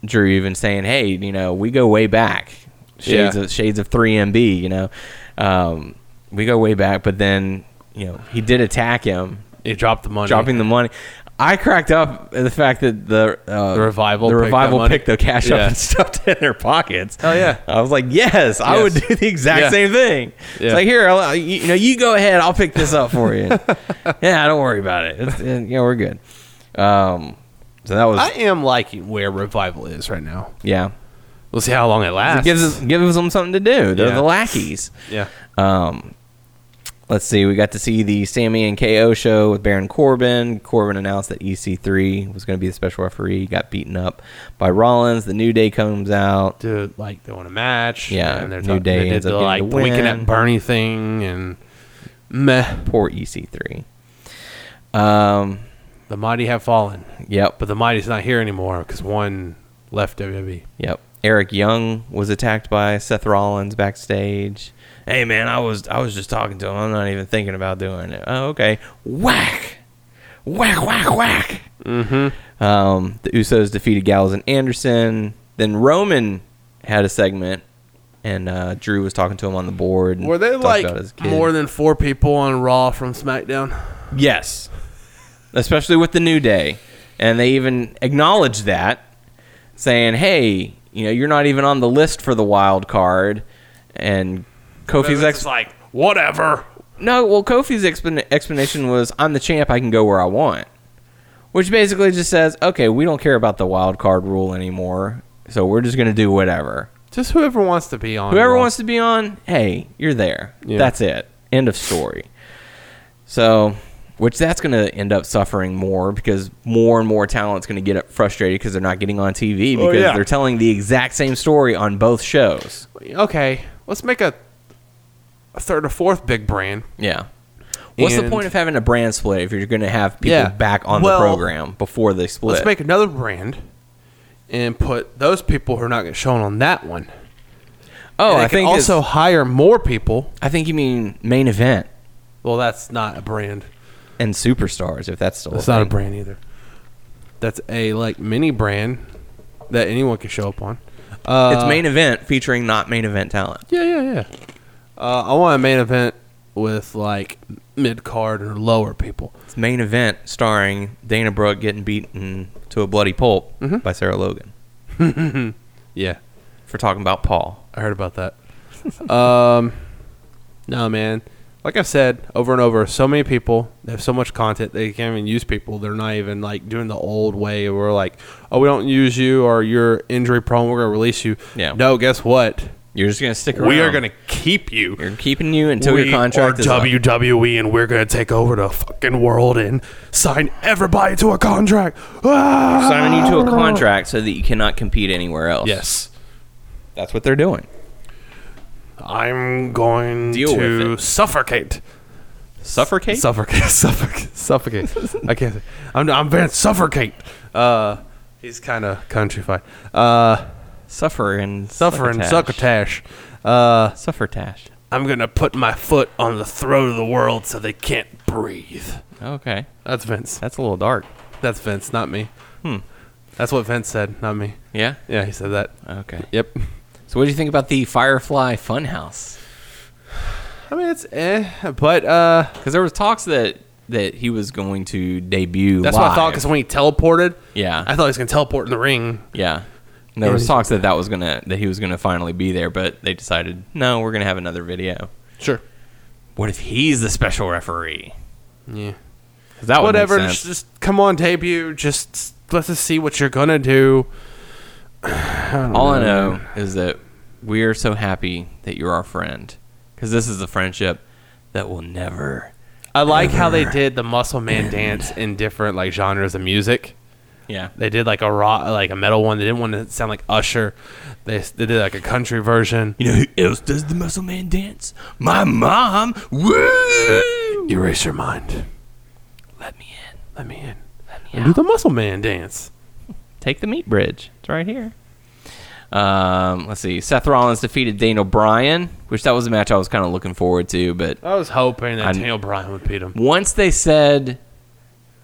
Drew even saying, "Hey, you know, we go way back. Shades
Yeah.
of shades of 3MB, you know, um, we go way back." But then, you know, he did attack him
He dropped the money.
dropping the money. I cracked up at the fact that the uh,
The Revival
the
picked that
revival
money.
picked the cash
Yeah.
up and stuffed it in their pockets.
Hell yeah.
I was like, yes, I
Yes.
would do the exact
Yeah.
same thing. It's
Yeah.
like here, I'll, you, you know, you go ahead, I'll pick this up for you. yeah, don't worry about it. It's, it- you know, we're good. Um, so that was
I am liking where revival is right now.
yeah.
We'll see how long it
It
lasts.
gives us gives them something to do. They're
Yeah.
the lackeys.
yeah.
Um, let's see. We got to see the Sammy and KO show with Baron Corbin. Corbin announced that EC3 was going to be the special referee. He got beaten up by Rollins. The New Day comes out.
to like they want a match.
Yeah,
and they're
New
talking-
Day
they did
ends up
the, like
getting the
the weekend
win.
at Bernie thing and meh.
Poor EC3. E Um,
The mighty have fallen,
yep.
but the mighty's not here anymore because one left E. WWE.
Yep. Eric Young was attacked by Seth Rollins backstage. Hey man, I was I was just talking to him. I'm not even thinking about doing it. Oh, okay. Whack. whack whack whack. Mm-hmm. Um, the Usos defeated Gallows and Anderson. Then Roman had a segment, and uh, Drew was talking to him on the board. and
Were they
talked about his
like
kid.
more than four people on Raw from SmackDown?
Yes. Especially with the New Day. And they even acknowledged that, saying, hey, you know, you're not even on the list for the wild card. And Kofi's
It's
ex-
like whatever.
no, well, Kofi's expan explanation was, I'm the champ, I can go where I want. Which basically just says, okay, we don't care about the wild card rule anymore, so we're just going to do whatever.
Just whoever wants to be on.
Whoever
Raw.
wants to be on, hey, you're there.
Yeah.
That's it. End of story. So, which that's going to end up suffering more because more and more talent's going to get frustrated because they're not getting on TV because
Oh, yeah.
they're telling the exact same story on both shows.
Okay, let's make a, a third or fourth big brand.
Yeah. What's the
And-
point of having a brand split if you're going to have people
Yeah.
back on
Well,
the program before they split?
Let's make another brand, and put those people who are not getting shown on that one.
oh,
And they
I
can
think
also
also
hire more people.
I think you mean main event
Well, that's not a brand.
and superstars if that's still
That's not a
thing.
brand either. That's a like mini brand that anyone can show up on. Uh,
It's main event featuring not main event talent.
Yeah, yeah, yeah. Uh, I want a main event with like mid card or lower people.
It's main event starring Dana Brooke getting beaten to a bloody pulp by Sarah Logan
Yeah,
for talking about Paul.
I heard about that. um, no, man. Like I've said over and over, so many people they have so much content they can't even use people. They're not even like doing the old way where like, oh, we don't use you or you're injury prone. We're gonna release you.
Yeah.
No, guess what?
You're just gonna stick around.
We are gonna keep you.
We're keeping you until your contract
are
is up.
WWE, and we're gonna take over the fucking world and sign everybody to a contract. Ah!
Signing you to a contract so that you cannot compete anywhere else.
Yes,
that's what they're doing.
I'm going
Deal with
to
it.
suffocate.
Suffocate.
Suffocate, suffocate, suffocate. I can't. Say. I'm I'm Van suffocate. Uh, he's kind of countryfied. Uh,
Suffer and
suffering
succotash.
succotash. Uh,
Suffertash.
I'm gonna put my foot on the throat of the world so they can't breathe.
Okay,
That's Vince.
that's a little dark.
That's Vince, not me.
Hmm.
That's what Vince said, not me.
Yeah.
Yeah, he said that.
Okay.
Yep.
So, what do you think about the Firefly Funhouse?
I mean, it's eh, but uh,
Because there was talks that that he was going to debut.
that's what I thought.
live.
Because when he teleported,
Yeah.
I thought he was gonna teleport in the ring.
Yeah. And there
And
was
he's-
talks that that was gonna that he was gonna finally be there, but they decided no, we're gonna have another video.
Sure.
What if he's the special referee?
Yeah.
'Cause that would make
Whatever.
sense.
Just, just come on, debut. Just s- let's just see what you're gonna do.
All I know is that we are so happy that you're our friend because this is a friendship that will never.
I like how they did the Muscle Man dance in different like genres of music.
Yeah.
They did like a rock, like a metal one. They didn't want to sound like Usher. They, s- they did like a country version.
You know who else does the muscle man dance? My mom. Woo!
Erase your mind.
Let me in.
Let me in. And do the Muscle Man dance.
Take the meat bridge. It's right here. Um, let's see. Seth Rollins defeated Daniel Bryan, which that was a match I was kind of looking forward to, but
I was hoping that
I-
Daniel Bryan would beat him.
once they said,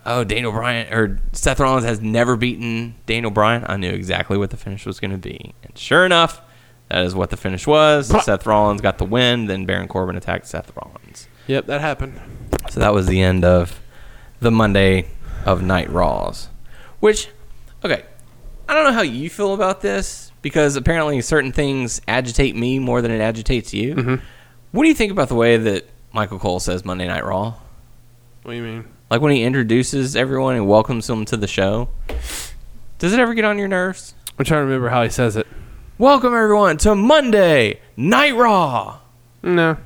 "Oh, Daniel Bryan or Seth Rollins has never beaten Daniel Bryan," I knew exactly what the finish was going to be, and sure enough, that is what the finish was. Seth Rollins got the win, then Baron Corbin attacked Seth Rollins.
Yep, that happened.
So that was the end of the Monday of Night Raws, which, okay, I don't know how you feel about this because apparently certain things agitate me more than it agitates you. What do you think about the way that Michael Cole says Monday Night Raw?
What do you mean?
Like when he introduces everyone and welcomes them to the show. Does it ever get on your nerves?
I'm trying to remember how he says it.
Welcome everyone to Monday Night Raw.
No,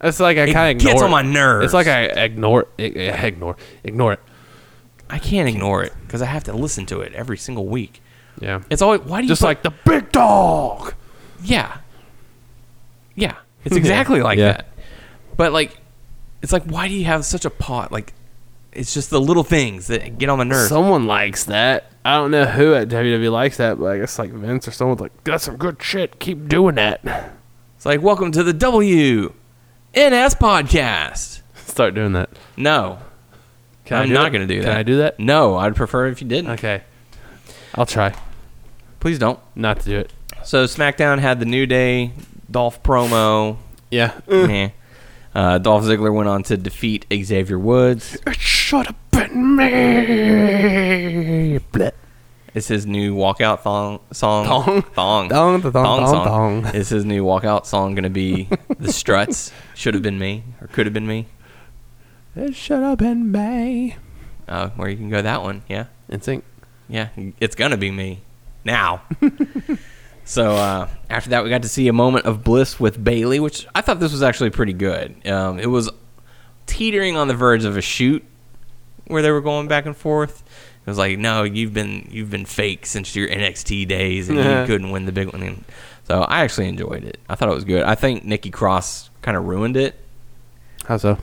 it's like I
It
kind of
gets
ignore.
on my nerves.
It's like I ignore, I- I ignore, ignore it.
I can't ignore it because I have to listen to it every single week.
Yeah,
It's always why do you
just
put-
like the big dog.
yeah, yeah. It's exactly like
Yeah.
that. But like, it's like why do you have such a pot? Like, it's just the little things that get on my nerves.
Someone likes that. I don't know who at WWE likes that, but I guess like Vince or someone's like, "That's some good shit. Keep doing that."
it's like welcome to the WNS podcast.
Start doing that.
No.
Can I
I'm
do
not
it?
going to do that.
Can I do that?
No, I'd prefer if you didn't.
Okay. I'll try
Please don't.
not to do it.
So SmackDown had the New Day Dolph promo.
Yeah.
Meh. Uh, Dolph Ziggler went on to defeat Xavier Woods.
It should have been me. Blech.
It's his new walkout thong song.
Thong?
thong,
Thong, thong, thong,
song.
thong.
Is his new walkout song going to be the Struts? Should have been me or could have been me.
It should have been me.
Uh, where you can go that one? Yeah,
And sync.
yeah. It's gonna be me now. so uh, after that, we got to see a moment of bliss with Bailey, which I thought this was actually pretty good. Um, it was teetering on the verge of a shoot where they were going back and forth. It was like, no, you've been you've been fake since your NXT days, and
Yeah.
you couldn't win the big one. And so I actually enjoyed it. I thought it was good. I think Nikki Cross kind of ruined it.
How so?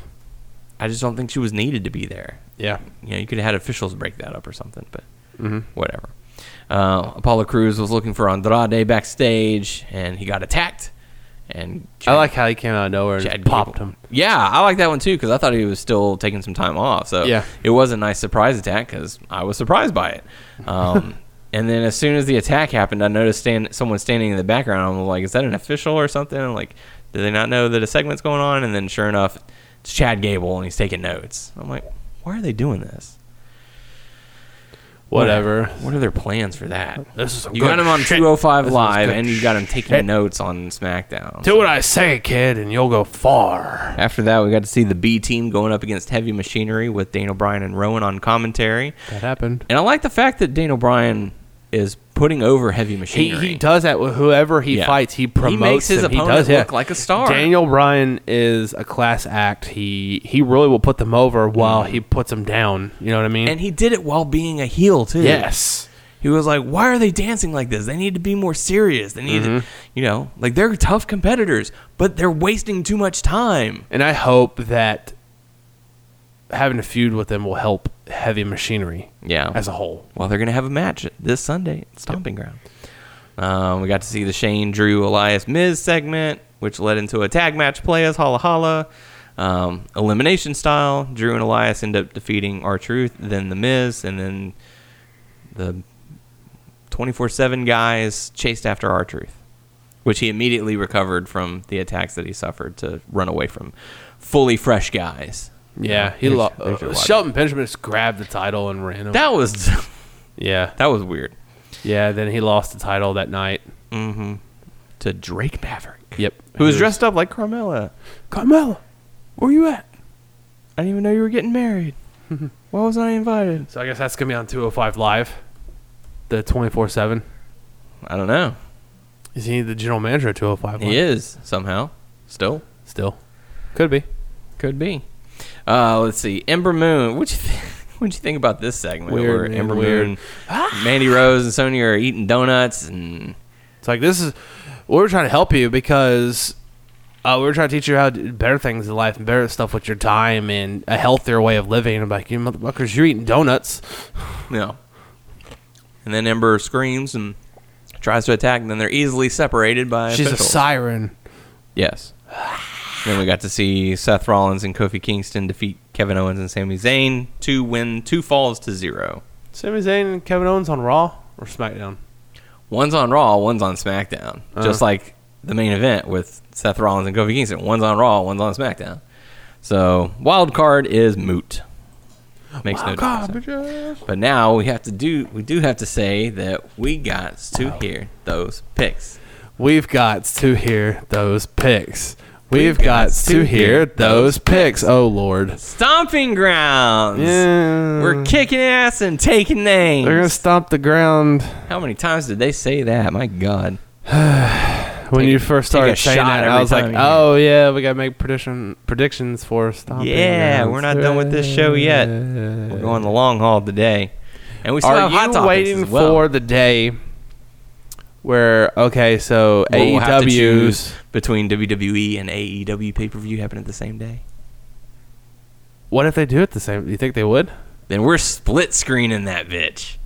I just don't think she was needed to be there.
Yeah.
You know, you could have had officials break that up or something, but
Mm-hmm.
whatever. Uh, Apollo Cruz was looking for Andrade backstage, and he got attacked. And
I like how he came out of nowhere and
Chad
popped
Gable.
him.
Yeah, I like that one too because I thought he was still taking some time off. So
Yeah.
it was a nice surprise attack because I was surprised by it. Um, and then as soon as the attack happened, I noticed stand, someone standing in the background. I'm like, is that an official or something? I'm like, do they not know that a segment's going on? And then sure enough, it's Chad Gable and he's taking notes. I'm like, why are they doing this?
Whatever.
What are their plans for that?
This is some
You
good
got him on
shit.
205
This is
Live,
good
and you got him taking
shit.
notes on SmackDown.
Do what I say, kid, and you'll go far.
After that, we got to see the B team going up against Heavy Machinery with Daniel Bryan and Rowan on commentary.
That happened.
And I like the fact that Daniel Bryan is putting over Heavy
He,
Machinery.
he does that with whoever he
Yeah.
fights. He promotes.
makes his
him. he
opponent
does, yeah.
look like a star.
Daniel Bryan is a class act. He he really will put them over while he puts them down. You know what I mean?
And he did it while being a heel, too.
yes,
He was like, why are they dancing like this? They need to be more serious. They need
Mm-hmm.
to, you know, like they're tough competitors, but they're wasting too much time.
and I hope that having a feud with them will help Heavy Machinery
Yeah.
as a whole.
Well, they're going to have a match this Sunday at Stomping Ground. Um, we got to see the Shane, Drew, Elias, Miz segment, which led into a tag match play as Holla Holla. Um, elimination style. Drew and Elias end up defeating R Truth, then The Miz, and then the 24 7 guys chased after R Truth, which he immediately recovered from the attacks that he suffered to run away from fully fresh guys.
Yeah, he
They-
lo-
they should
uh,
watch.
Shelton Benjamin just grabbed the title and ran him.
That was
yeah,
that was weird. Mm-hmm.
yeah. Then he lost the title that night.
To Drake Maverick.
Yep.
who was dressed up like Carmella.
Carmella? Where you at?
I didn't even know you were getting married. Why wasn't I invited?
So I guess that's gonna be on 205 Live, the 24 seven.
I don't know.
Is he the general manager of 205 Live?
He is somehow. Still.
Still, could be.
Could be. Uh, let's see. Ember Moon. What you think? What'd you think about this segment
Weird,
where
man,
Ember
weird.
Moon, Mandy Rose, and Sonya are eating donuts and
It's like this is we were trying to help you because uh, we were trying to teach you how to do better things in life and better stuff with your time and a healthier way of living. I'm like, you motherfuckers, you're eating donuts.
no. And then Ember screams and tries to attack, and then they're easily separated by.
She's a
officials.
siren.
Yes. then we got to see Seth Rollins and Kofi Kingston defeat Kevin Owens and Sami Zayn to win two falls to zero.
Sami Zayn and Kevin Owens on Raw or SmackDown.
One's on Raw, one's on SmackDown. Just
Uh-huh.
like the main event with Seth Rollins and Kofi Kingston. One's on Raw, one's on SmackDown. So wild card is moot. Makes
Oh,
no difference. But now we have to do we do have to say that we got to hear those picks.
We've got to hear those picks. We've
got
got
to
to hear those picks. Oh Lord.
Stomping grounds.
Yeah.
We're kicking ass and taking names.
They're gonna stomp the ground.
How many times did they say that? My God.
When
Take-
you first
take a
started saying
shot
that,
every
I was
time
like,
you hear it.
"Oh yeah, we gotta make prediction predictions for stomping."
yeah,
grounds."
we're not done with this show yet. We're going the long haul today, and we still
Are
have hot
you
topics
waiting
as well.
for the day where okay, so E
Where we'll have to choose
AEW's
between WWE and E AEW pay per view happen at the same day.
what if they do it the same? Do you think they would?
Then we're split screening that bitch.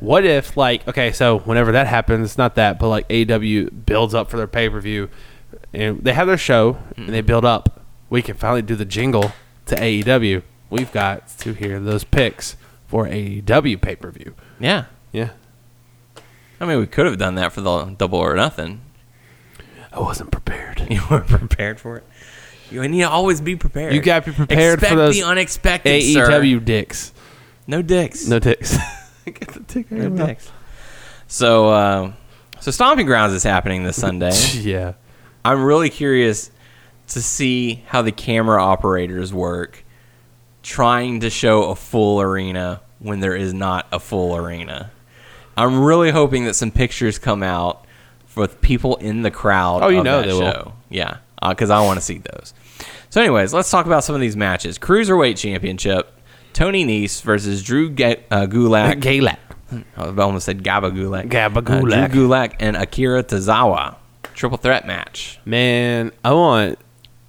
What if like okay, so whenever that happens, not that, but like AEW builds up for their pay per view, and they have their show and they build up. We can finally do the jingle to AEW. we've got to hear those picks for E AEW pay per view.
Yeah.
Yeah.
I mean, we could have done that for the double or nothing.
I wasn't prepared.
You weren't prepared for it. You need to always be prepared.
You got to be prepared
Expect
for those
the unexpected.
AEW
sir.
dicks.
No dicks.
No dicks. Get the dick out of
No
your mouth.
dicks. So, uh, so stomping grounds is happening this Sunday.
Yeah.
I'm really curious to see how the camera operators work trying to show a full arena when there is not a full arena. I'm really hoping that some pictures come out with people in the crowd.
Oh, you
of
know
that
they will.
show. Yeah, because I want to see those. So, anyways, let's talk about some of these matches. Cruiserweight Championship: Tony Nese versus Drew Ga- uh, Gulak.
Galak.
I almost said Gaba Gulak.
Gaba
Uh,
Gulak.
Drew Gulak and Akira Tozawa. Triple threat match.
Man, I want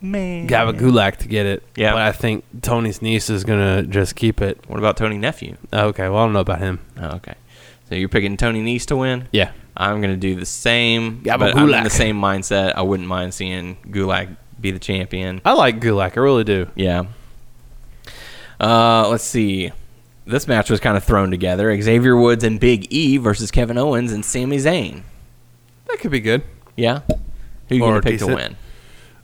Man.
Gaba Gulak to get it.
Yeah.
But I think Tony's niece is going to just keep it.
What about Tony Nephew?
Okay. Well, I don't know about him.
Oh, okay. So you're picking Tony Nese to win?
Yeah.
I'm going to do the same.
Gaba
but I'm in
Gulak.
the same mindset. I wouldn't mind seeing Gulak be the champion.
I like Gulak. I really do.
Yeah. Uh, let's see. This match was kind of thrown together. Xavier Woods and Big E versus Kevin Owens and Sami Zayn.
That could be good.
Yeah? Who you
Or
going to pick to
decent.
win?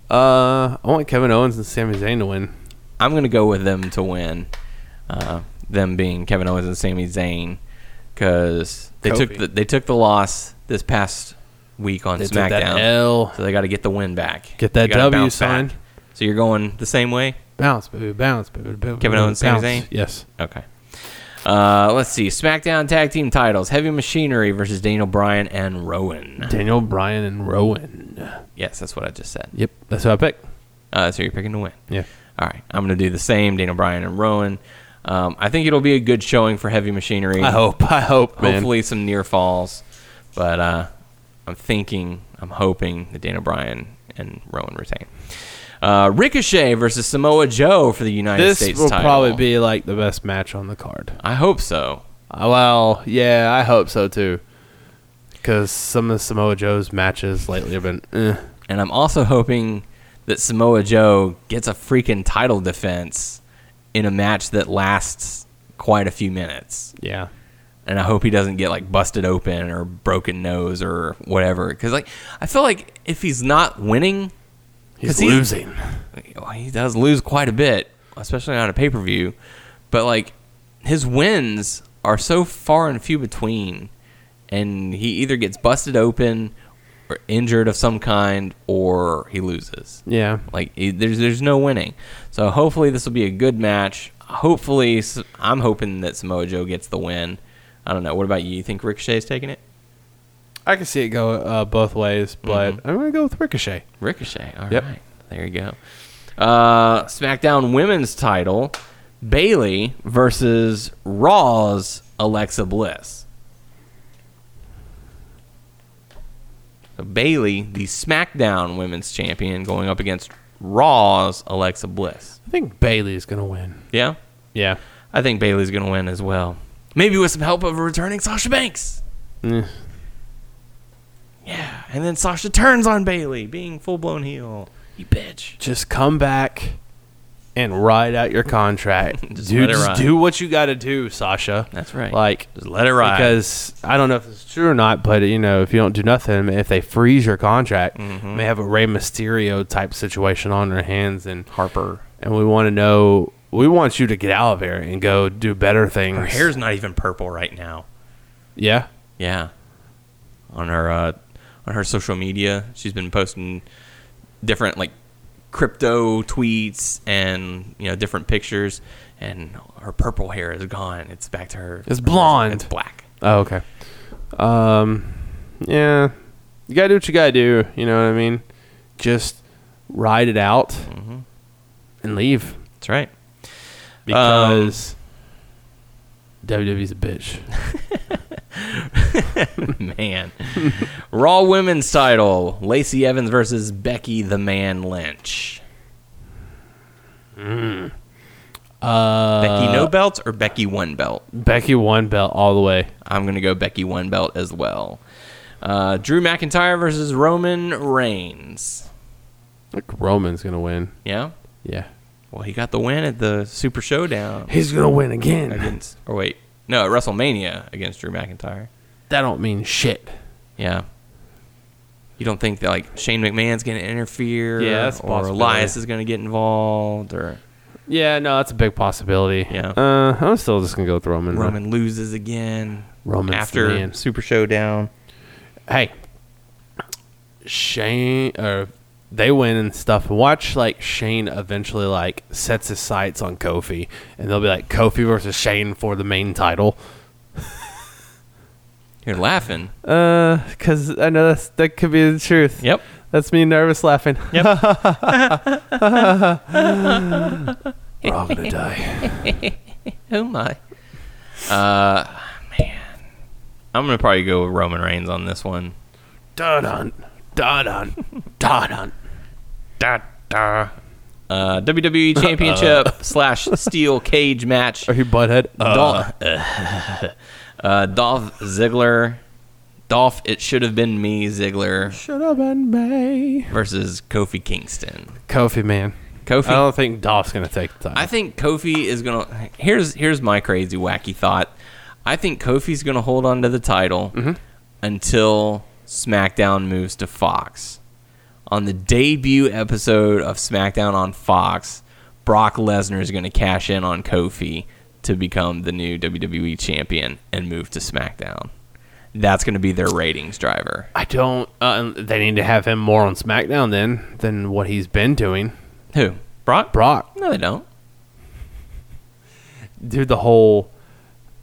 Uh, I want Kevin Owens and Sami Zayn to win.
I'm going to go with them to win. Uh, them being Kevin Owens and Sami Zayn, because they took
Kofi.
the, they took the loss this past week on
They took
SmackDown.
that L.
So they got to get the win back.
Get that
They gotta
W,
bounce
son.
back. So you're going the same way.
Bounce, baby, bounce, baby, baby.
Kevin Owens, Sami
bounce.
Zayn?
Yes.
Okay. Uh, let's see. SmackDown tag team titles: Heavy Machinery versus Daniel Bryan and Rowan.
Daniel Bryan and Rowan.
Yes, that's what I just said.
Yep, that's who I picked.
Uh, so you're picking to win.
Yeah.
All right, I'm going to do the same. Daniel Bryan and Rowan. Um, I think it'll be a good showing for Heavy Machinery.
I hope. I hope. man.
Hopefully, some near falls. But uh, I'm thinking, I'm hoping that Daniel Bryan and Rowan retain. Uh, Ricochet versus Samoa Joe for the United
this
States
will
title.
probably be like the best match on the card.
I hope so.
Uh, well, yeah, I hope so too. Because some of Samoa Joe's matches lately have been. Eh.
And I'm also hoping that Samoa Joe gets a freaking title defense in a match that lasts quite a few minutes.
Yeah.
And I hope he doesn't get like busted open or broken nose or whatever. Because like I feel like if he's not winning,
He's
'Cause he's-
losing.
well, he does lose quite a bit, especially on a pay per view. But like his wins are so far and few between, and he either gets busted open or injured of some kind, or he loses.
Yeah.
Like it- there's there's no winning. So hopefully this will be a good match. Hopefully s- I'm hoping that Samoa Joe gets the win. I don't know. What about you? You think Ricochet's taking it?
I can see it go uh, both ways,
Mm-hmm.
but I'm going to go with Ricochet.
Ricochet. All right,
Yep.
There you go. Uh, SmackDown Women's Title: Bailey versus Raw's Alexa Bliss. So Bailey, the SmackDown Women's Champion, going up against Raw's Alexa Bliss.
I think Bailey's going to win.
Yeah,
Yeah.
I think Bailey's going to win as well. Maybe with some help of a returning Sasha Banks.
Eh.
Yeah, and then Sasha turns on Bailey, being full blown heel. You bitch.
Just come back and ride out your contract.
Just
Dude,
let it
just
ride.
do what you got to do, Sasha.
That's right.
Like,
Just let it ride.
Because I don't know if it's true or not, but you know, if you don't do nothing, if they freeze your contract,
Mm-hmm.
we may have a Rey Mysterio type situation on their hands, and
Harper.
and we want to know, we want you to get out of there and go do better things.
Her hair's not even purple right now.
yeah,
Yeah. On her uh, on her social media, she's been posting different like crypto tweets and you know different pictures, and her purple hair is gone. It's back to her.
It's blonde.
It's black.
Oh, okay. Um, yeah, you gotta do what you gotta do. You know what I mean? Just ride it out
Mm-hmm.
and leave Um,
That's right.
because WWE's a bitch.
Man. Raw women's title: Lacey Evans versus Becky the Man Lynch.
Uh,
Mm. Becky no belts or Becky one belt?
Becky won belt all the way.
I'm going to go Becky One Belt as well. Uh, Drew McIntyre versus Roman Reigns.
Like Roman's gonna win.
Yeah.
Yeah.
Well, he got the win at the Super Showdown
He's gonna win again.
against, or wait, no, at WrestleMania against Drew McIntyre.
That don't mean shit.
Yeah. You don't think that like Shane McMahon's going to interfere,
Yeah, that's a
or
possibility.
Elias is going to get involved, or
Yeah, no, that's a big possibility.
Yeah.
Uh, I'm still just gonna go with Roman.
Roman loses again
Roman's
after
the man.
Super Showdown.
Hey, Shane or they win and stuff. Watch like Shane eventually like sets his sights on Kofi, and they'll be like Kofi versus Shane for the main title.
You're laughing.
Uh, because I know that's that could be the truth.
Yep.
That's me nervous laughing. Yep. We're all gonna die.
Oh my. Uh, man, I'm gonna probably go with Roman Reigns on this one.
Dun dun dun dun dun dun. Da, da.
Uh, WWE Championship slash Steel Cage match.
Are you butthead?
Dolph, uh, Dolph Ziggler, Dolph. It should have been me, Ziggler
Should have been me.
versus Kofi Kingston.
Kofi man.
Kofi.
I don't think Dolph's gonna take the time.
I think Kofi is gonna. Here's here's my crazy wacky thought. I think Kofi's gonna hold on to the title until SmackDown moves to Fox. On the debut episode of SmackDown on Fox, Brock Lesnar is gonna cash in on Kofi to become the new WWE champion and move to SmackDown. That's gonna be their ratings driver.
I don't. Uh, they need to have him more on SmackDown then than what he's been doing.
Who? Brock?
Brock,
No, they don't.
dude, the whole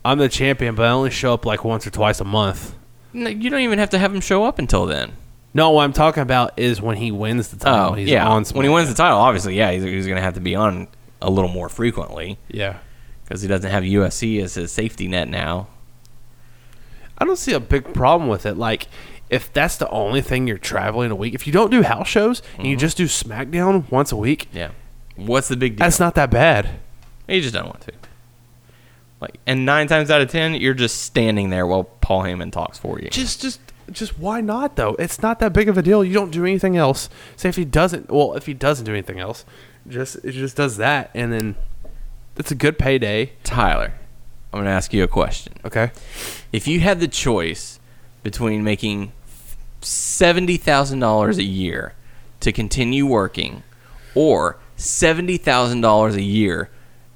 I'm the champion, but I only show up like once or twice a month.
No, you don't even have to have him show up until then.
No, what I'm talking about is when he wins the title.
Oh,
he's
yeah. when
on
he
SmackDown.
wins the title, obviously, yeah, he's, he's going to have to be on a little more frequently
Yeah,
because he doesn't have USC as his safety net now.
I don't see a big problem with it. Like, if that's the only thing you're traveling a week, if you don't do house shows and you just do SmackDown once a week,
Yeah. What's the big deal?
that's not that bad.
he just doesn't want to. Like, and nine times out of ten, you're just standing there while Paul Heyman talks for you.
just just just why not though it's not that big of a deal you don't do anything else say if he doesn't well if he doesn't do anything else just it just does that and then it's a good payday
Tyler, I'm going to ask you a question.
okay
If you had the choice between making $70,000 a year to continue working or $70,000 a year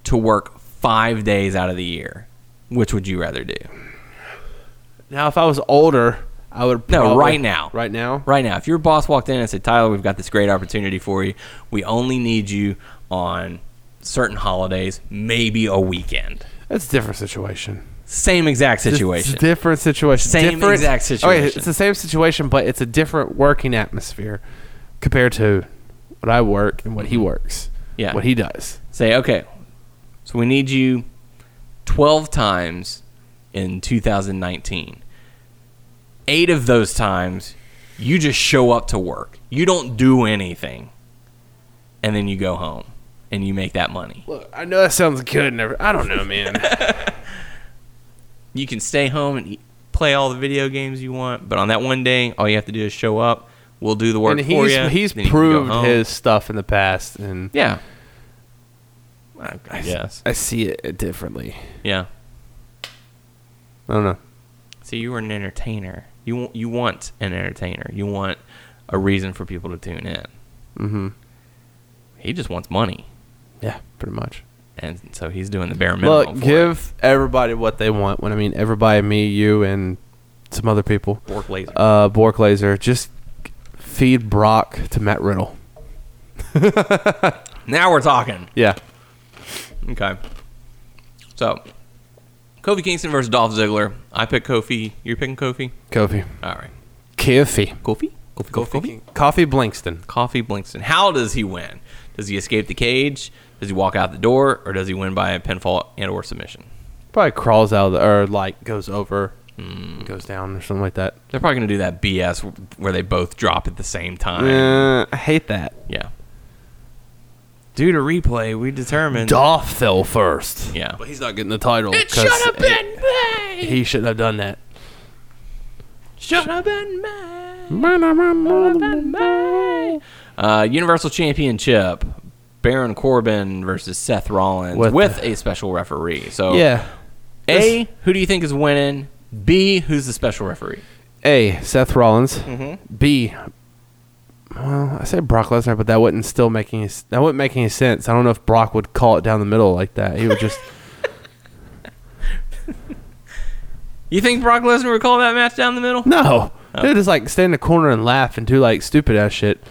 to work five days out of the year, which would you rather do?
now if i was older i would
No,
probably-
right now.
right now
Right now, if your boss walked in and said, Tyler, we've got this great opportunity for you, we only need you on certain holidays, maybe a weekend.
it's a different situation
Same exact
It's a
situation.
different situation
Same
different,
exact
okay
situation.
it's the same situation but it's a different working atmosphere compared to what i work and what he works
Mm-hmm. Yeah.
what he does
say, okay, so we need you 12 times in 2019. Eight of those times, you just show up to work. You don't do anything. And then you go home and you make that money.
look i know that sounds good and every, i don't know man
You can stay home and eat, play all the video games you want, but on that one day, all you have to do is show up. We'll do the work
and
for
he's
you.
he's
then you can go
proved
home.
his stuff in the past, and
Yeah. I I guess.
I see it differently.
Yeah.
I don't know.
So you were an entertainer. You want you want an entertainer. You want a reason for people to tune in.
Mm-hmm.
He just wants money,
Yeah, pretty much.
and so he's doing the bare minimum.
Look,
for
give everybody what they want. When I mean everybody, me, you, and some other people.
it. Bork laser.
Uh, Bork Laser, just feed Brock to Matt Riddle.
now we're talking.
Yeah,
Okay. So, Kofi Kingston versus Dolph Ziggler. I pick Kofi. You're picking Kofi.
Kofi.
All right.
Kofi.
Kofi. Kofi. Kofi.
Coffee Blinkston.
Coffee Blinkston. How does he win? Does he escape the cage? Does he walk out the door, or does he win by a pinfall and or submission?
Probably crawls out of the, or like goes over,
Hmm.
goes down or something like that.
They're probably gonna do that BS where they both drop at the same time.
Uh, I hate that.
Yeah. Due to replay, we determined.
Dolph fell first.
Yeah.
But he's not getting the title.
It
'cause
should have
it-
been me.
He shouldn't have done that.
should have been me. Should have been me. Uh, Universal Championship. Baron Corbin versus Seth Rollins with,
With
a special referee. So
Yeah.
A, who do you think is winning? B, who's the special referee?
A. Seth Rollins. B. Well, I say Brock Lesnar, but that wouldn't still make any that wouldn't make any sense. I don't know if Brock would call it down the middle like that. He would just
You think Brock Lesnar would call that match down the middle?
no. He would just like stand in the corner and laugh and do like stupid ass shit.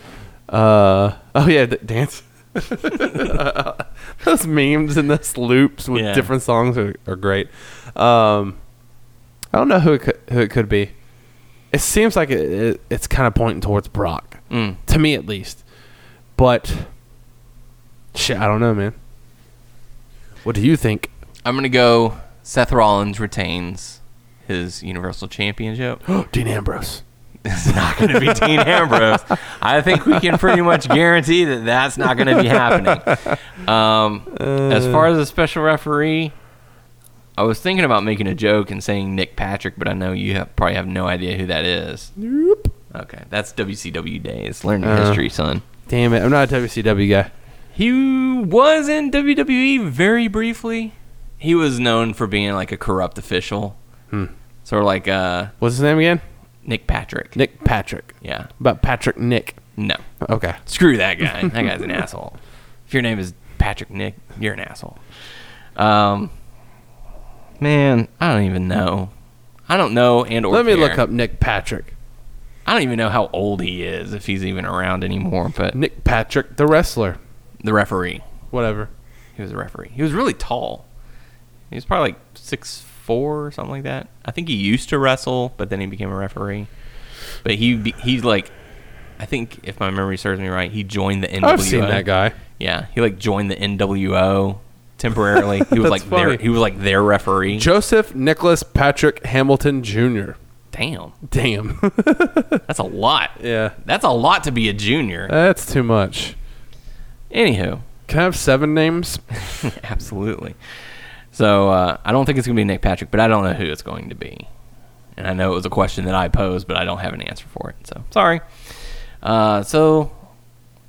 Uh oh yeah, the dance. those memes and those loops with
Yeah.
different songs are, are great. Um, I don't know who it could, who it could be. It seems like it, it, it's kind of pointing towards Brock.
Mm.
to me at least. But shit, I don't know, man. What do you think?
I'm gonna go. Seth Rollins retains his Universal Championship.
Dean Ambrose.
it's not gonna be Dean Ambrose. I think we can pretty much guarantee that that's not gonna be happening. Um, as far as a special referee, I was thinking about making a joke and saying Nick Patrick, but I know you have, probably have no idea who that is.
Nope.
Okay, that's WCW days. Learn your
Uh.
history, son.
Damn it, I'm not a WCW guy.
He was in WWE very briefly. He was known for being like a corrupt official, sort of like uh,
What's his name again?
Nick Patrick.
Nick Patrick.
Yeah,
About Patrick Nick.
no,
Okay.
screw that guy. that guy's an asshole. If your name is Patrick Nick, you're an asshole. Um, man, I don't even know. I don't know, and or
Let me
care.
look up Nick Patrick.
I don't even know how old he is, if he's even around anymore. But
Nick Patrick, the wrestler.
the referee,
Whatever.
He was a referee. He was really tall. He was probably like six four or something like that. I think he used to wrestle, but then he became a referee. But he be- he's like, I think if my memory serves me right, he joined the NWO.
I've seen that guy.
Yeah, he like joined the NWO temporarily. He was
That's
like their
funny.
he was like their referee.
Joseph Nicholas Patrick Hamilton Jr.
Damn,
Damn.
that's a lot.
yeah. Uh,
That's a lot to be a junior.
That's too much.
Anywho,
Can I have seven names?
Absolutely. So uh, I don't think it's going to be Nick Patrick, but I don't know who it's going to be. And I know it was a question that I posed, but I don't have an answer for it. So sorry. Uh, so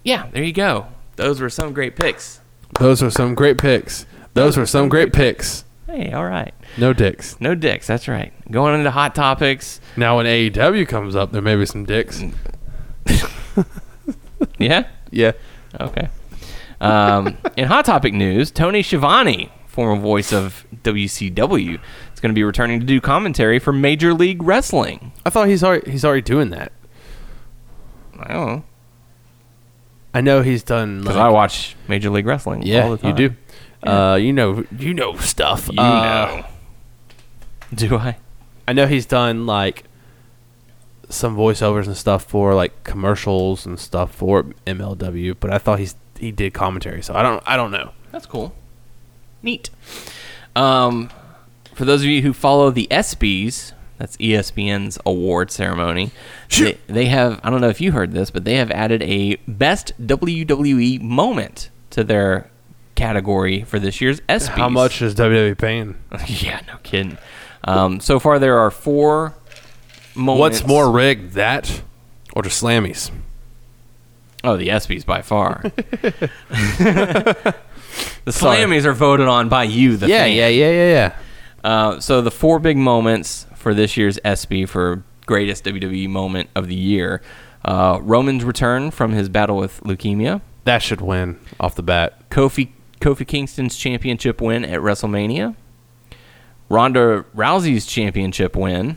yeah, there you go. Those were some great picks.
Those were some great picks. Those were some great picks.
Hey, all right.
No dicks.
No dicks. That's right. Going into hot topics.
Now when AEW comes up, there may be some dicks.
Yeah.
Yeah.
Okay. Um, in hot topic news, Tony Schiavone, former voice of WCW, is going to be returning to do commentary for Major League Wrestling.
I thought he's already he's already doing that.
I don't know.
I know he's done
Because I watch Major League Wrestling.
yeah,
all the time.
you do. Uh, you know you know stuff. Uh,
You know. Do I?
I know he's done like some voiceovers and stuff for like commercials and stuff for MLW, but I thought he's he did commentary, so I don't I don't know.
That's cool. Neat. Um, for those of you who follow the E ESPYS, that's E ESPN's award ceremony. They, they have I don't know if you heard this, but they have added a best WWE moment to their category for this year's E ESPYS.
How much is WWE paying?
yeah, no kidding. Um, so far there are four moments.
What's more rigged, that or just slammies?
Oh, the ESPYs by far. the Slammies are voted on by you, the fan.
yeah, yeah, yeah.
Uh, so the four big moments for this year's ESPY for greatest WWE moment of the year: uh, Roman's return from his battle with leukemia,
That should win off the bat.
Kofi Kofi Kingston's championship win at WrestleMania, Ronda Rousey's championship win,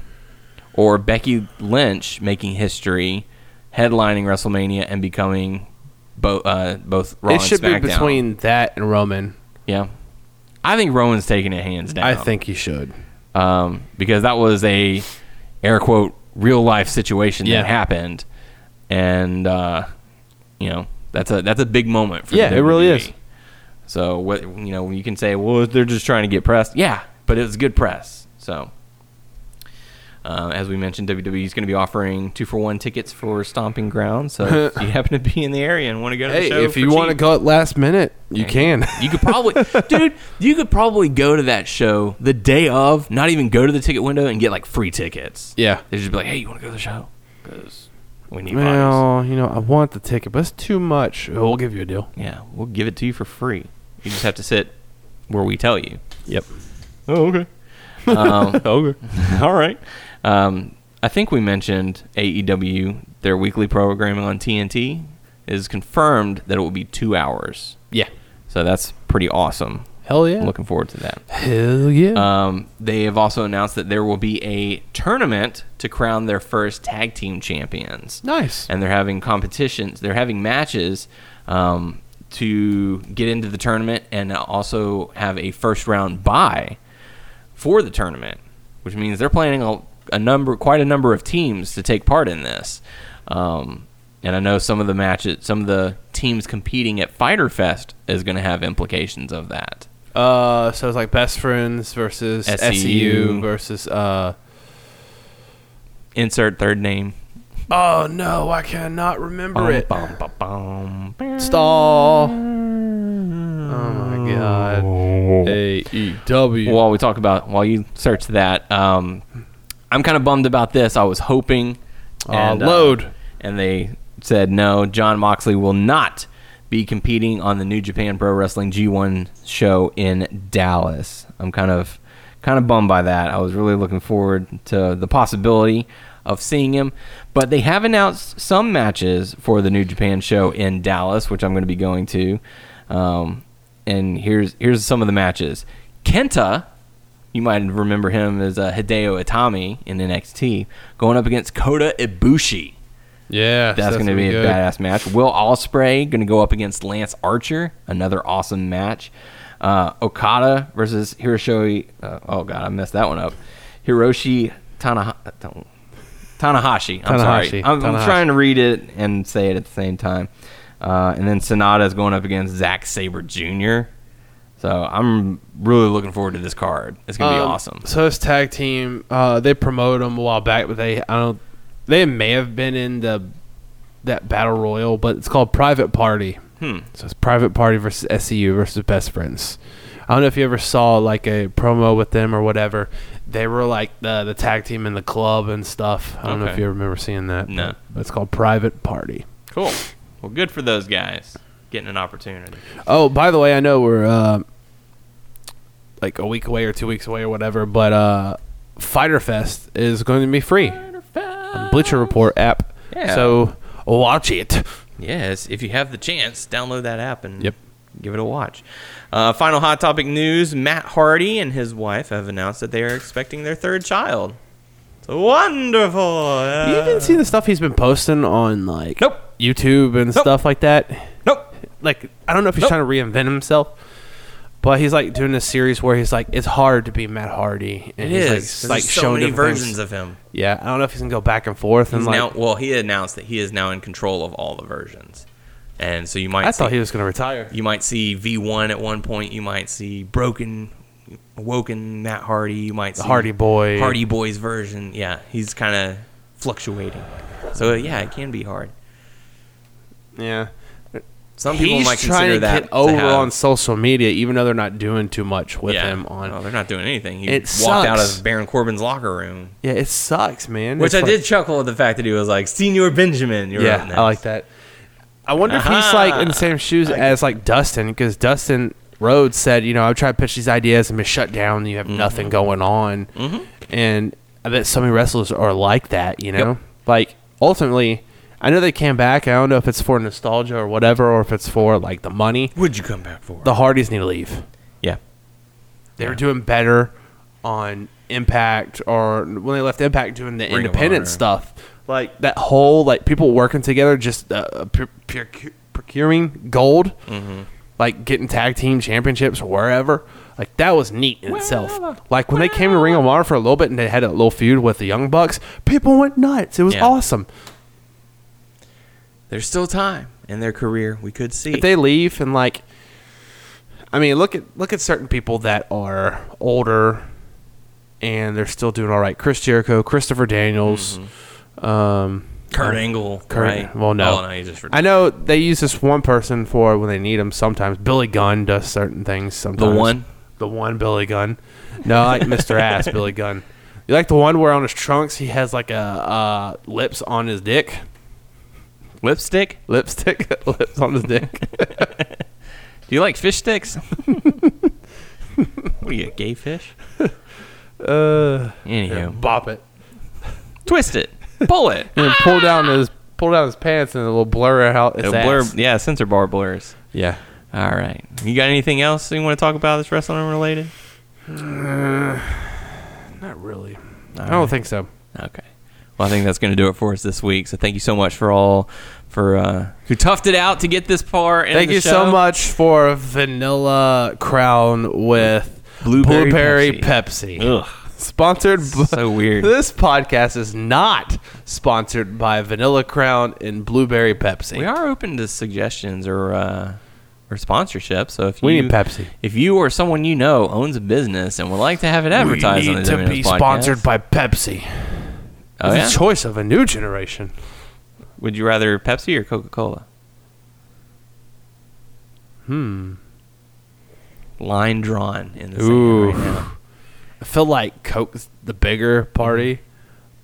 or Becky Lynch making history, headlining WrestleMania and becoming bo- uh, both Raw
it should
and SmackDown.
be between that and Roman.
yeah. I think Roman's taking it hands down.
I think he should.
um, because that was a air quote real life situation
Yeah.
that happened, and uh, you know that's a that's a big moment. for
Yeah,
the
it really
WWE.
is.
So what you know you can say, well, they're just trying to get pressed. Yeah, but it was good press. So. Uh, as we mentioned, WWE is going to be offering two for one tickets for Stomping Ground. So if you happen to be in the area and want to go to the
Hey,
show,
if
for
you want to
cheap-
go at last minute, you can.
you could probably, dude, you could probably go to that show the day of, not even go to the ticket window and get like free tickets.
yeah.
They'd just be like, hey, you want to go to the show? Because We need vinyls.
Well, you know, I want the ticket, but it's too much. Oh, we'll give you a deal.
Yeah, we'll give it to you for free. You just have to sit where we tell you.
Yep.
Oh, okay. Um, okay. All right. Um, I think we mentioned AEW, their weekly programming on TNT is confirmed that it will be two hours.
Yeah.
So that's pretty awesome.
Hell yeah.
Looking forward to that.
Hell yeah.
Um, they have also announced that there will be a tournament to crown their first tag team champions
nice.
and they're having competitions. They're having matches um, to get into the tournament and also have a first round bye for the tournament, which means they're planning a, a number, quite a number of teams to take part in this. Um, and I know some of the matches, some of the teams competing at Fighter Fest is going to have implications of that.
Uh, so it's like best friends versus SEU,
SEU.
versus uh.
Insert third name.
Oh no, I cannot remember it.
Bum, bum, bum, bum.
Stall. Oh my god. E AEW.
while we talk about while you search that um, i'm kind of bummed about this i was hoping
Uh, load.
and they said no john moxley will not be competing on the new japan pro wrestling g1 show in dallas i'm kind of kind of bummed by that i was really looking forward to the possibility of seeing him but they have announced some matches for the new japan show in dallas which i'm going to be going to um, and here's here's some of the matches kenta you might remember him as uh, Hideo Itami in NXT going up against Kota Ibushi.
Yeah,
That's, going to be a badass match. Will Ospreay going to go up against Lance Archer. Another awesome match. Uh, Okada versus Hiroshi. Uh, oh god, I messed that one up. Hiroshi Tanaha- Tan- Tanahashi. I'm sorry.
Tanahashi.
I'm, I'm
Tanahashi.
trying to read it and say it at the same time. Uh, and then Sonata is going up against Zack Saber Jr. So I'm really looking forward to this card. It's going to
Um,
be awesome.
So this tag team, uh, they promoted them a while back, but they I don't. They may have been in the that battle royal, but it's called Private Party.
Hmm.
So it's Private Party versus SEU versus Best Friends. I don't know if you ever saw like a promo with them or whatever. They were like the the tag team in the club and stuff. I don't know if
Okay.
you remember seeing that.
No.
But it's called Private Party.
Cool. Well, good for those guys getting an opportunity.
Oh, by the way, I know we're uh, like a week away or two weeks away or whatever, but uh, Fighter Fest is going to be free. on Bleacher Report app.
Yeah.
So watch it.
Yes, if you have the chance, download that app and
Yep.
give it a watch. Uh, final hot topic news: Matt Hardy and his wife have announced that they are expecting their third child. It's wonderful. Uh,
You even see the stuff he's been posting on like
Nope.
YouTube and stuff like that.
Nope.
Like I don't know if he's
Nope.
trying to reinvent himself. But he's like doing this series where he's like, it's hard to be Matt Hardy, and
It
he's like,
is.
s-
There's
like
so
showing
many
different things.
versions of him.
Yeah, I don't know if he's gonna go back and forth and
He's
like.
now, well, he announced that he is now in control of all the versions, and so you might
I
see,
thought he was gonna retire.
you might see V1 at one point. You might see broken, woken Matt Hardy. You might see
Hardy Boy.
Hardy Boys version. Yeah, he's kind of fluctuating. So yeah, it can be hard.
Yeah.
Some people might consider that
get over
have-
on social media, even though they're not doing too much with
yeah.
him on.
Oh, they're not doing anything. He
It
walked out
sucks.
of Baron Corbin's locker room,
yeah, it sucks, man.
which
It's
I
like-
did chuckle at the fact that he was like Senior Benjamin. You're
Yeah, I like that. I wonder if he's like in the same shoes as like Dustin, because Dustin Rhodes said, you know, I try to pitch these ideas and be shut down. And you
Mm-hmm.
have nothing going on, and I bet so many wrestlers are like that. You know, like ultimately, I know they came back. I don't know if it's for nostalgia or whatever, or if it's for like the money.
Would you come back for?
The Hardys need to leave.
yeah,
they were doing better on Impact or when they left Impact doing the
of Honor.
independent stuff. Like that whole like people working together just uh, pr- pr- procuring gold,
Mm-hmm.
like getting tag team championships wherever. Like that was neat in itself. Like when they came to Ring of Honor for a little bit and they had a little feud with the Young Bucks, people went nuts. It was
Yeah.
awesome.
there's still time in their career. We could see.
if they leave and like I mean look at look at certain people that are older and they're still doing all right. Chris Jericho, Christopher Daniels, um
Kurt Angle,
Kurt,
right?
well no.
Oh, no, he's just
I know they use this one person for when they need him sometimes. Billy Gunn does certain things sometimes.
one?
The one Billy Gunn. No, I like Mr. Ass Billy Gunn. You like the one where on his trunks he has like a uh, lips on his dick?
Lipstick?
Lipstick, lips on his dick.
Do you like fish sticks? what are you, a gay fish?
Uh,
Anywho,
yeah, bop it.
twist it, pull it.
And then pull down his pull down his pants and it'll blur out its
It'll blur,
ass.
yeah, sensor bar blurs.
Yeah.
All right, you got anything else you want to talk about that's wrestling related?
Not really. I don't think so.
Okay. Well, I think that's going to do it for us this week. So thank you so much for all for uh, who toughed it out to get this far. in
Thank
the
you
show.
so much for vanilla crown with
Blueberry
blueberry,
Pepsi.
Pepsi.
Ugh,
Sponsored. b-
so weird.
This podcast is not sponsored by Vanilla Crown and Blueberry Pepsi.
We are open to suggestions or uh, or sponsorship. So if
We
you,
need Pepsi.
if you or someone you know owns a business and would like to have it advertised, on the WNS podcast,
by Pepsi.
Oh, yeah?
It's a choice of a new generation.
Would you rather Pepsi or Coca Cola? Hmm. Line drawn in the sand
Ooh.
right now.
I feel like Coke's the bigger party,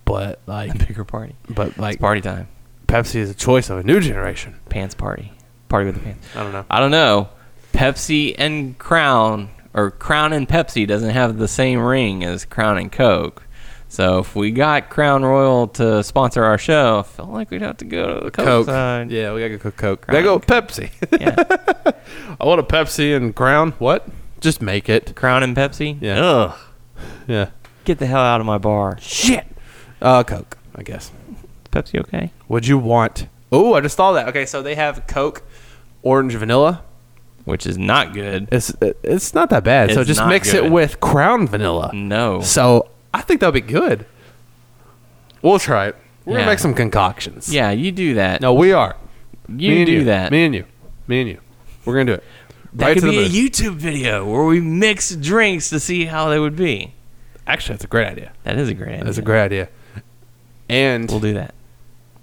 but like,
Bigger party.
but like,
It's party time.
Pepsi is a choice of a new generation.
Pants party. Party with the pants.
I don't know.
I don't know. Pepsi and Crown or Crown and Pepsi doesn't have the same ring as Crown and Coke. So if we got Crown Royal to sponsor our show, I feel like we'd have to go to the Coke,
Coke. Uh,
side.
Yeah, we gotta go Coke.
Crown.
They go Pepsi.
Yeah.
I want a Pepsi and Crown. What? Just make it.
Crown and Pepsi.
Yeah.
Ugh.
Yeah.
Get the hell out of my bar.
Shit. Uh, Coke. I guess.
Pepsi okay?
Would you want? Oh, I just saw that. Okay, so they have Coke, orange vanilla.
Which is not good.
It's it's not that bad. so
It's
just
not
mix
good.
it with Crown vanilla.
No.
So I think that'll be good. We'll try it. We're
Yeah.
gonna make some concoctions.
Yeah, you do that.
No, we are.
you
Me and
do that.
Me and you. Me and you. We're gonna do it.
that could be a YouTube video where we mix drinks to see how they would be.
Actually, that's a great idea.
That is a great idea.
That's a great idea. And
We'll do that.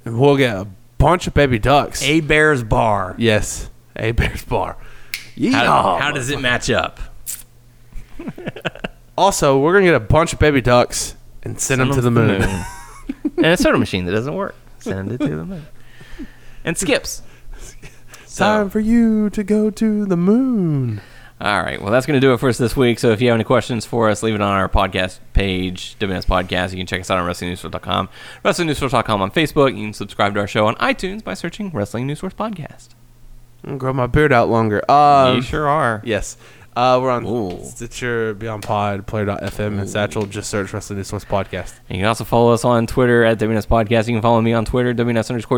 We'll get a bunch of baby ducks.
A Bear's Bar.
Yes, a Bears bar. Yeah.
How, how does it match up?
also, we're gonna get a bunch of baby ducks and send, them to the moon.
and a soda machine that doesn't work. Send it to the moon. And skips.
Time
So,
for you to go to the moon.
all right. Well, that's going to do it for us this week. So if you have any questions for us, leave it on our podcast page, WNS Podcast. You can check us out on WrestlingNewsSource.com, WrestlingNewsSource.com on Facebook. You can subscribe to our show on iTunes by searching Wrestling News Source Podcast.
I'm gonna grow my beard out longer. Um,
you sure are.
Yes. Uh, we're on
Ooh.
Stitcher, Beyond Pod, Player.fm, and Satchel. Just search Wrestling News Source Podcast.
And you can also follow us on Twitter at WNS Podcast. You can follow me on Twitter, WNS underscore